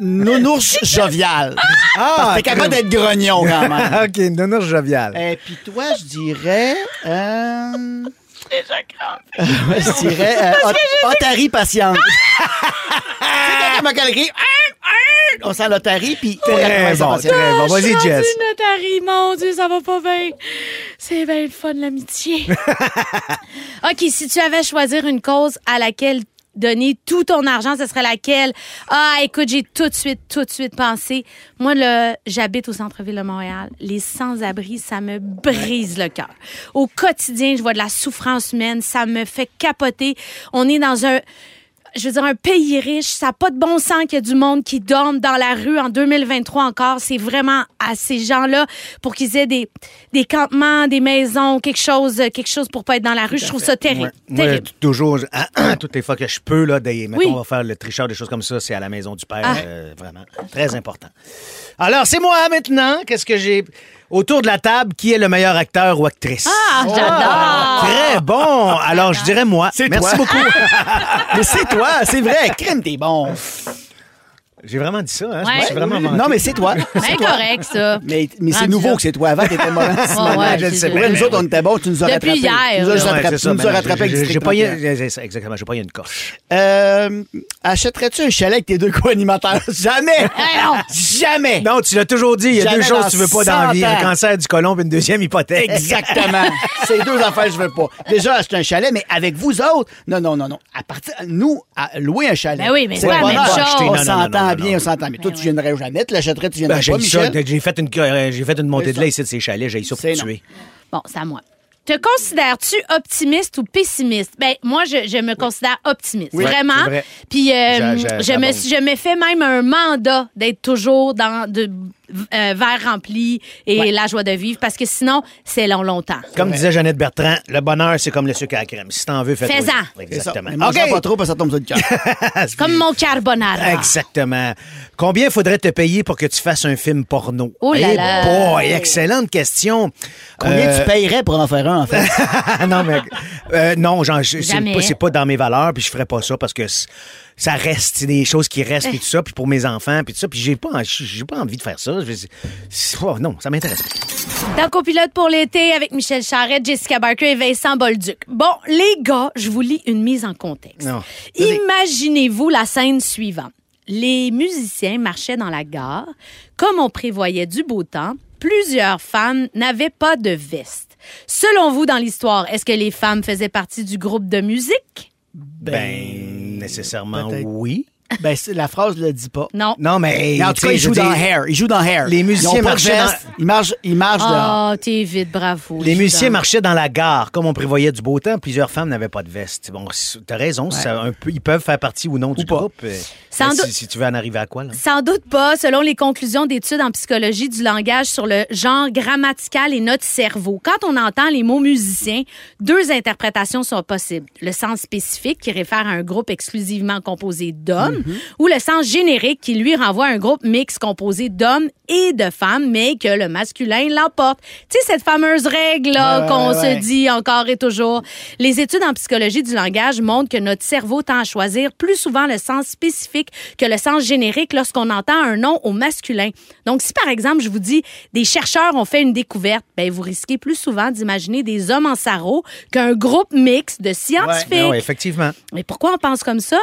D: nounours jovial.
C: Ah,
D: Parce que t'es capable d'être grognon, quand même.
C: OK, non, non, jovial.
D: Et Eh, puis toi, je dirais... Euh... Ouais, je dirais... euh, Ot- Otari patiente.
B: Ah!
D: C'est quand elle m'a calqué, Ah! On sent l'Otari, puis...
C: Eh, Très bon, très bon. Vas-y,
B: Rendu
C: Jess.
B: notari, mon Dieu, ça va pas bien. C'est bien le fun, l'amitié. OK, si tu avais à choisir une cause à laquelle donner tout ton argent, ce serait laquelle? Ah, écoute, j'ai tout de suite, tout de suite pensé. Moi, là, j'habite au centre-ville de Montréal. Les sans-abri, ça me brise le cœur. Au quotidien, je vois de la souffrance humaine. Ça me fait capoter. On est dans un je veux dire, un pays riche, ça n'a pas de bon sens qu'il y a du monde qui dorme dans la rue en 2023 encore. C'est vraiment à ces gens-là pour qu'ils aient des, des campements, des maisons, quelque chose, quelque chose pour pas être dans la rue. Je trouve ça terrible.
C: Moi,
B: terrible.
C: toujours, toutes les fois que je peux, là, d'ailleurs, mettons,
B: Oui.
C: on va faire le tricheur, des choses comme ça, c'est à la maison du père,
B: Ah.
C: euh, vraiment. Très important. Alors, c'est moi maintenant. Qu'est-ce que j'ai autour de la table? Qui est le meilleur acteur ou actrice?
B: Ah, j'adore!
C: Très bon. Alors, je dirais moi.
D: C'est
C: Merci
D: toi.
C: beaucoup.
D: Mais c'est toi, c'est vrai. Crème, t'es bon.
C: J'ai vraiment dit ça. Hein? Je me
B: Ouais.
C: suis vraiment vanté.
D: Non, mais c'est toi.
B: C'est correct, ça.
D: Mais, mais
B: Ben,
D: c'est
B: Rendu
D: nouveau
B: là.
D: que c'est toi. Avant, t'étais mauvais.
B: Ouais, ouais,
C: je le
B: c'est
C: sais
B: ça.
C: pas.
D: Ouais, nous autres, on était bons, tu nous as
B: Depuis
D: rattrapés.
B: hier,
D: tu nous as
B: là.
D: juste
C: Ouais,
D: rattrapés,
C: c'est
D: tu
C: ça,
D: nous as
C: ben,
D: rattrapés avec
C: j'ai- j'ai
D: District
C: pas eu-
D: 31.
C: c'est ça, Exactement, j'ai pas eu une coche.
D: Euh, Achèterais-tu un chalet avec tes deux co-animateurs? Jamais!
B: Eh non.
D: Jamais!
C: Non, tu l'as toujours dit, il y a
D: Jamais
C: deux choses
D: dans
C: que tu veux pas dans la vie,
D: 100 ans.
C: un cancer du colon puis une deuxième hypothèque.
D: Exactement. Ces deux affaires, je veux pas. Déjà, acheter un chalet, mais avec vous autres, non, non, non, non. À partir, nous, à louer un chalet.
B: Ben oui, mais c'est
D: le
B: pas la
D: bonheur.
B: même chose.
D: On
C: Non, non, non, non,
D: s'entend
C: non,
D: bien,
C: non.
D: on s'entend. Mais toi, tu viendrais jamais, tu l'achèterais, tu
C: Ben,
D: viendrais
C: j'ai
D: pas,
C: eu ça,
D: Michel.
C: j'ai fait une euh, j'ai fait une montée de lait ici de ces chalets, j'ai eu ça
D: C'est
C: pour tuer.
B: Bon, c'est à moi. Te considères-tu optimiste ou pessimiste? Ben, moi, je, je me considère optimiste.
C: Oui,
B: Vraiment.
C: c'est vrai.
B: Puis, euh,
C: J'a- j'a-
B: je, me,
C: j'abonde.
B: suis- je me fais même un mandat d'être toujours dans de euh, verre rempli et la joie de vivre parce que sinon, c'est long, longtemps.
C: Comme disait Jeannette Bertrand, le bonheur c'est comme le sucre à la crème. Si t'en veux, fais-toi.
B: Fais-en.
D: C'est ça.
C: Exactement.
D: Mais mange-en
C: OK.
D: pas trop Ah. parce que ça tombe sur le cœur.
B: Comme mon carbonara.
C: Exactement. Combien faudrait te payer pour que tu fasses un film porno?
B: Oh là
C: Eh
B: là.
C: boy, excellente question.
D: Combien
C: Euh,
D: tu payerais pour en faire un, en fait?
C: non, mais. euh, non, genre, je- c'est
B: Jamais.
C: pas, c'est pas dans mes valeurs, puis je ferais pas ça parce que c- ça reste, c'est des choses qui restent, puis tout ça, puis pour mes enfants, puis tout ça, puis j'ai pas, en- j'ai pas envie de faire ça. Je- c'est- oh, non, ça m'intéresse pas.
B: Dans Copilote pour l'été avec Michel Charette, Jessica Barker et Vincent Bolduc. Bon, les gars, je vous lis une mise en contexte.
C: Non.
B: Imaginez-vous la scène suivante. Les musiciens marchaient dans la gare. Comme on prévoyait du beau temps, plusieurs femmes n'avaient pas de veste. Selon vous, dans l'histoire, est-ce que les femmes faisaient partie du groupe de musique?
C: Ben, nécessairement,
D: peut-être.
C: oui.
D: ben, c'est- la phrase le dit pas.
B: Non.
C: Non, mais.
D: Mais en
C: tu
D: tout cas,
C: sais,
D: ils
C: je
D: jouent
C: veux dire,
D: dans Hair. Ils jouent dans Hair.
C: Les
D: Ils ont
C: musiciens
D: pas de
C: marchaient dans-
D: veste. Ils marchent, ils marchent dehors.
B: Oh, t'es vite, bravo.
C: Les
B: je suis
C: musiciens
B: dans-
C: marchaient dans la gare. Comme on prévoyait du beau temps, plusieurs femmes n'avaient pas de veste. Bon, c- t'as raison, ça, un peu, ils peuvent faire partie ou non du
D: pas.
C: groupe. euh,
B: Sans
C: ben, si,
B: doute-
C: si tu veux en arriver à quoi, là?
B: Sans doute pas, selon les conclusions d'études en psychologie du langage sur le genre grammatical et notre cerveau. Quand on entend les mots musiciens, deux interprétations sont possibles. Le sens spécifique qui réfère à un groupe exclusivement composé d'hommes ou le sens générique qui lui renvoie à un groupe mixte composé d'hommes et de femmes, mais que le masculin l'emporte. Tu sais, cette fameuse règle-là
D: Ouais,
B: qu'on
D: ouais, ouais.
B: se dit encore et toujours. Les études en psychologie du langage montrent que notre cerveau tend à choisir plus souvent le sens spécifique que le sens générique lorsqu'on entend un nom au masculin. Donc, si par exemple, je vous dis, des chercheurs ont fait une découverte, ben, vous risquez plus souvent d'imaginer des hommes en sarrau qu'un groupe mixte de scientifiques.
C: Ben ouais, effectivement.
B: Mais pourquoi on pense comme ça?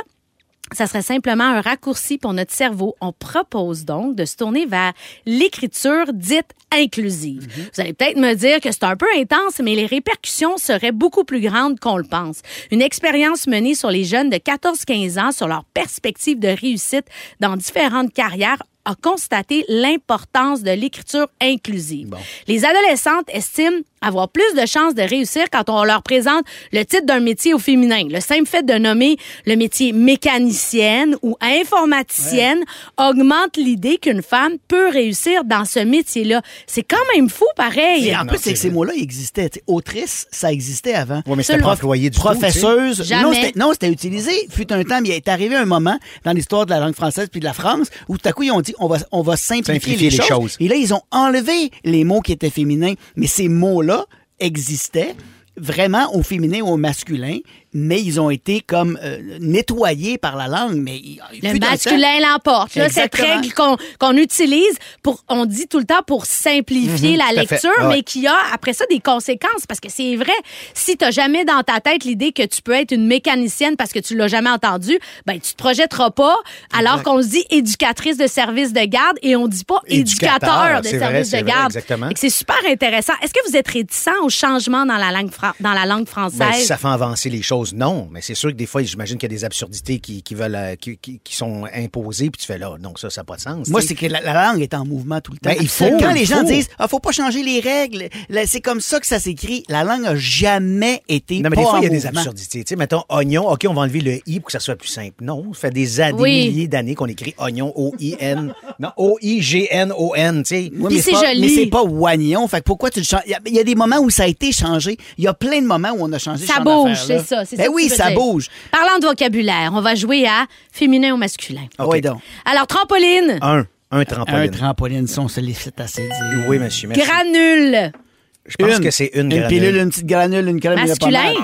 B: Ça serait simplement un raccourci pour notre cerveau. On propose donc de se tourner vers l'écriture dite inclusive. Vous allez peut-être me dire que c'est un peu intense, mais les répercussions seraient beaucoup plus grandes qu'on le pense. Une expérience menée sur les jeunes de 14-15 ans sur leur perspective de réussite dans différentes carrières a constaté l'importance de l'écriture inclusive. Les adolescentes estiment avoir plus de chances de réussir quand on leur présente le titre d'un métier au féminin. Le simple fait de nommer le métier mécanicienne ou informaticienne augmente l'idée qu'une femme peut réussir dans ce métier-là. C'est quand même fou, pareil.
D: Et en
C: Non,
D: plus,
C: c'est
D: c'est que ces mots-là ils existaient. Tu sais, autrice, ça existait avant.
C: Oui, mais c'était
B: Absolument.
C: pas employé du tout,
D: Professeuse.
B: Jamais.
D: Non, c'était- Non, c'était utilisé. Fut un temps, mais il est arrivé un moment dans l'histoire de la langue française puis de la France où tout à coup, ils ont dit on va, on va simplifier,
C: Simplifier les
D: les, choses.
C: choses.
D: Et là, ils ont enlevé les mots qui étaient féminins. Mais ces mots-là existaient vraiment au féminin ou au masculin, mais ils ont été comme euh, nettoyés par la langue. Mais il- il
B: Le
D: fut un
B: masculin l'emporte. Là, cette
D: Exactement.
B: règle qu'on qu'on utilise pour, on dit tout le temps pour simplifier
C: Mhm, tout
B: la
C: à fait.
B: lecture,
C: Ah ouais.
B: mais qui a après ça des conséquences parce que c'est vrai. Si t'as jamais dans ta tête l'idée que tu peux être une mécanicienne parce que tu l'as jamais entendu, ben tu te projetteras pas. Alors qu'on se dit éducatrice de service de garde et on dit pas éducateur,
C: Éducateur,
B: de
C: c'est vrai,
B: service
C: c'est
B: de
C: vrai,
B: garde.
C: exactement.
B: Fait que C'est super intéressant. Est-ce que vous êtes réticent au changement dans la langue fra- dans la langue
C: Ben, si
B: française?
C: ça fait avancer les choses, non. Mais c'est sûr que des fois, j'imagine qu'il y a des absurdités qui, qui, veulent, euh, qui, qui- qui sont imposées, puis tu fais là, donc ça, ça n'a pas de sens.
D: Moi,
C: tu sais.
D: c'est que la, la langue est en mouvement tout le temps.
C: Ben, il faut,
D: Quand les
C: il
D: gens
C: faut.
D: disent ah, faut pas changer les règles, là, c'est comme ça que ça s'écrit. La langue a jamais été.
C: Non, mais des
D: pas
C: fois,
D: en
C: il y a des
D: mouvement.
C: absurdités. Tu sais, mettons, oignon, OK, on va enlever le i pour que ça soit plus simple. Non, ça fait des, années,
B: Oui.
C: des milliers d'années qu'on écrit oignon, O-I-N. Non, O-I-G-N-O-N, tu sais.
D: Ouais,
B: Puis
D: mais
B: c'est
D: pas-
B: joli.
D: Mais c'est pas oignon. Fait que pourquoi tu le changes? Il y a- il y, a des moments où ça a été changé. Il y a plein de moments où on a changé. ce
B: Ça
D: genre
B: bouge,
D: d'affaires-là.
B: c'est ça. c'est
D: Ben
B: ça que
D: oui,
B: tu veux
D: ça
B: dire.
D: bouge.
B: Parlant de vocabulaire, on va jouer à féminin ou masculin.
C: OK.
D: Oui, donc.
B: Alors,
D: Ah,
B: trampoline,
C: Un, un trampoline.
D: Un trampoline, ça, on se les fait assez dire.
C: Oui, monsieur, merci.
B: granule,
C: Je pense que c'est une,
D: Une
C: granule.
D: pilule, une petite granule, une crème. il y en a pas
B: masculin,
D: mal.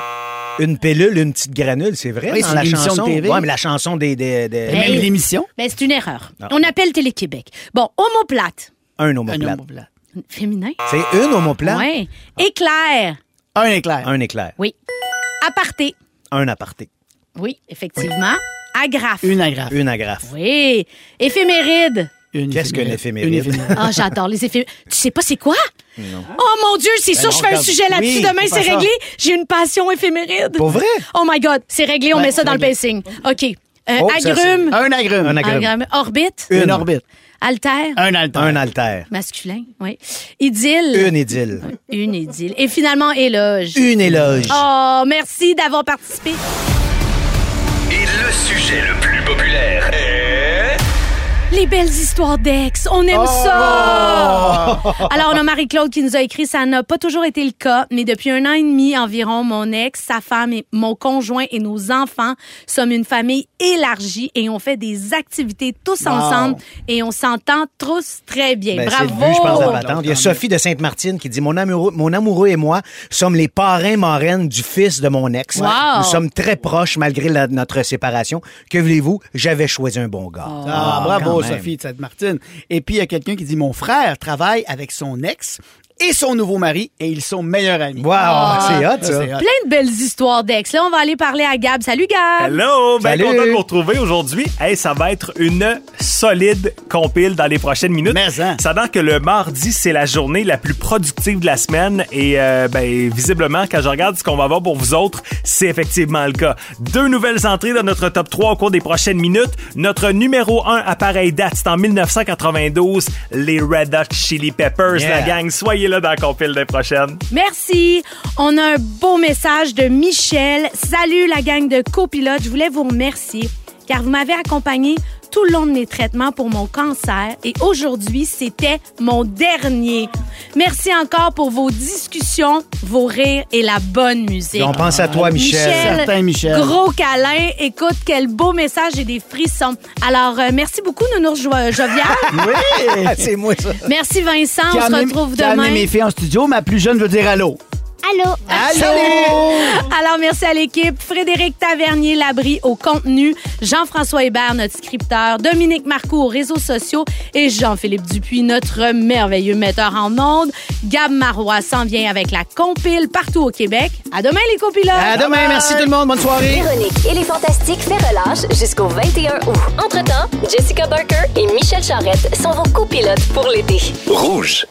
C: Une pilule, une petite granule, c'est vrai,
D: Oui,
C: dans
D: c'est
C: la
D: une émission de
C: chanson.
D: TV.
C: Ouais, mais la chanson des... des- des-
D: Et
B: Hey.
D: Même l'émission.
B: ben, c'est une erreur.
D: Ah.
B: On appelle Télé-Québec. Bon, omoplate,
C: Un
D: Un,
C: omoplate.
D: omoplate.
B: féminin.
C: C'est une omoplate,
B: Ouais.
D: Ah.
B: Éclair,
D: Un éclair.
C: un éclair,
B: oui. Aparté,
C: un aparté,
B: oui, effectivement. Agrafe,
D: Une agrafe.
C: une agrafe.
B: oui. Éphéméride.
D: Une
C: Qu'est-ce
D: éphéméride.
C: qu'une éphéméride?
D: Une éphéméride.
B: Ah, j'adore les effets. Tu sais pas c'est quoi? Oh mon Dieu, c'est sûr,
C: non,
B: je fais un
C: Eh, regarde.
B: sujet là-dessus.
D: Oui,
B: Demain,
D: faut
B: c'est
D: faire ça.
B: réglé. J'ai une passion éphéméride.
C: Pour vrai?
B: Oh my God, c'est réglé, on
D: Ouais,
B: met ça
D: c'est
B: dans le
D: réglé.
B: pacing. OK. Euh,
C: Oh, ça, c'est-
B: agrume.
D: Un agrume.
C: Un agrume.
B: Agramme. Orbite.
D: Une
C: Une.
D: orbite.
B: Altère.
D: Un Ah, alter.
C: Un alter,
B: Masculin, oui. Idylle.
C: une idylle,
B: Une idylle. Et finalement, éloge.
C: une éloge.
B: Oh, merci d'avoir participé.
A: Et le sujet le plus populaire est...
B: Les belles histoires d'ex, on aime
C: Oh!
B: ça! Alors, on a Marie-Claude qui nous a écrit, ça n'a pas toujours été le cas, mais depuis un an et demi environ, mon ex, sa femme, et mon conjoint et nos enfants sommes une famille élargie et on fait des activités tous ensemble et on s'entend tous très bien.
C: Ben, c'est
B: Bravo!
C: le but, je pense, de la patente. Il y a Sophie de Sainte-Martine qui dit mon amoureux, mon amoureux et moi sommes les parrains marraines du fils de mon ex.
B: Wow.
C: Nous sommes très proches malgré la- notre séparation. Que voulez-vous J'avais choisi un bon gars.
D: Ah, bravo,
C: quand même.
D: Sophie de Sainte-Martine. Et puis, il y a quelqu'un qui dit Mon frère travaille avec son ex et son nouveau mari et ils sont meilleurs amis.
C: Wow,
B: Ah.
C: c'est hot ça.
D: c'est hot.
B: Plein de belles histoires d'ex. Là, on va aller parler à Gab. Salut, Gab!
J: Hello, ben
C: Salut.
J: content de vous retrouver aujourd'hui. Hey, ça va être une solide compile dans les prochaines minutes.
D: Mais, hein.
J: Sachant que le mardi, c'est la journée la plus productive de la semaine et euh, ben, visiblement, quand je regarde ce qu'on va avoir pour vous autres, c'est effectivement le cas. Deux nouvelles entrées dans notre top 3 au cours des prochaines minutes. Notre numéro 1 appareil date, c'est en 1992, les Red Hot Chili Peppers, la
C: Yeah.
J: gang. Soyez là dans la compile des prochaines.
B: Merci. On a un beau message de Michel. Salut la gang de copilotes. Je voulais vous remercier car vous m'avez accompagné tout le long de mes traitements pour mon cancer et aujourd'hui, c'était mon dernier. Merci encore pour vos discussions, vos rires et la bonne musique.
C: On pense à toi, Michel.
D: Certain, Michel.
B: Ah, Gros câlin. Écoute, quel beau message et des frissons. Alors, euh, merci beaucoup, Nounours Jo- Jovial.
C: Ah, c'est moi ça.
B: merci, Vincent.
D: Qui a
B: On se
D: amené-
B: retrouve
D: qui a amené
B: demain.
D: mes filles en studio, ma plus jeune veut dire allô.
H: Allô?
D: Allô!
B: Alors, merci à l'équipe. Frédéric Tavernier Labrie au contenu, Jean-François Hébert, notre scripteur, Dominique Marcoux aux réseaux sociaux et Jean-Philippe Dupuis, notre merveilleux metteur en ondes. Gab Marois s'en vient avec la compile partout au Québec. À demain, les copilotes!
C: À demain, merci tout le monde, bonne soirée.
H: Véronique et les Fantastiques fait relâche jusqu'au 21 août. Entre-temps, Jessica Barker et Michel Charrette sont vos copilotes pour l'été.
A: Rouge.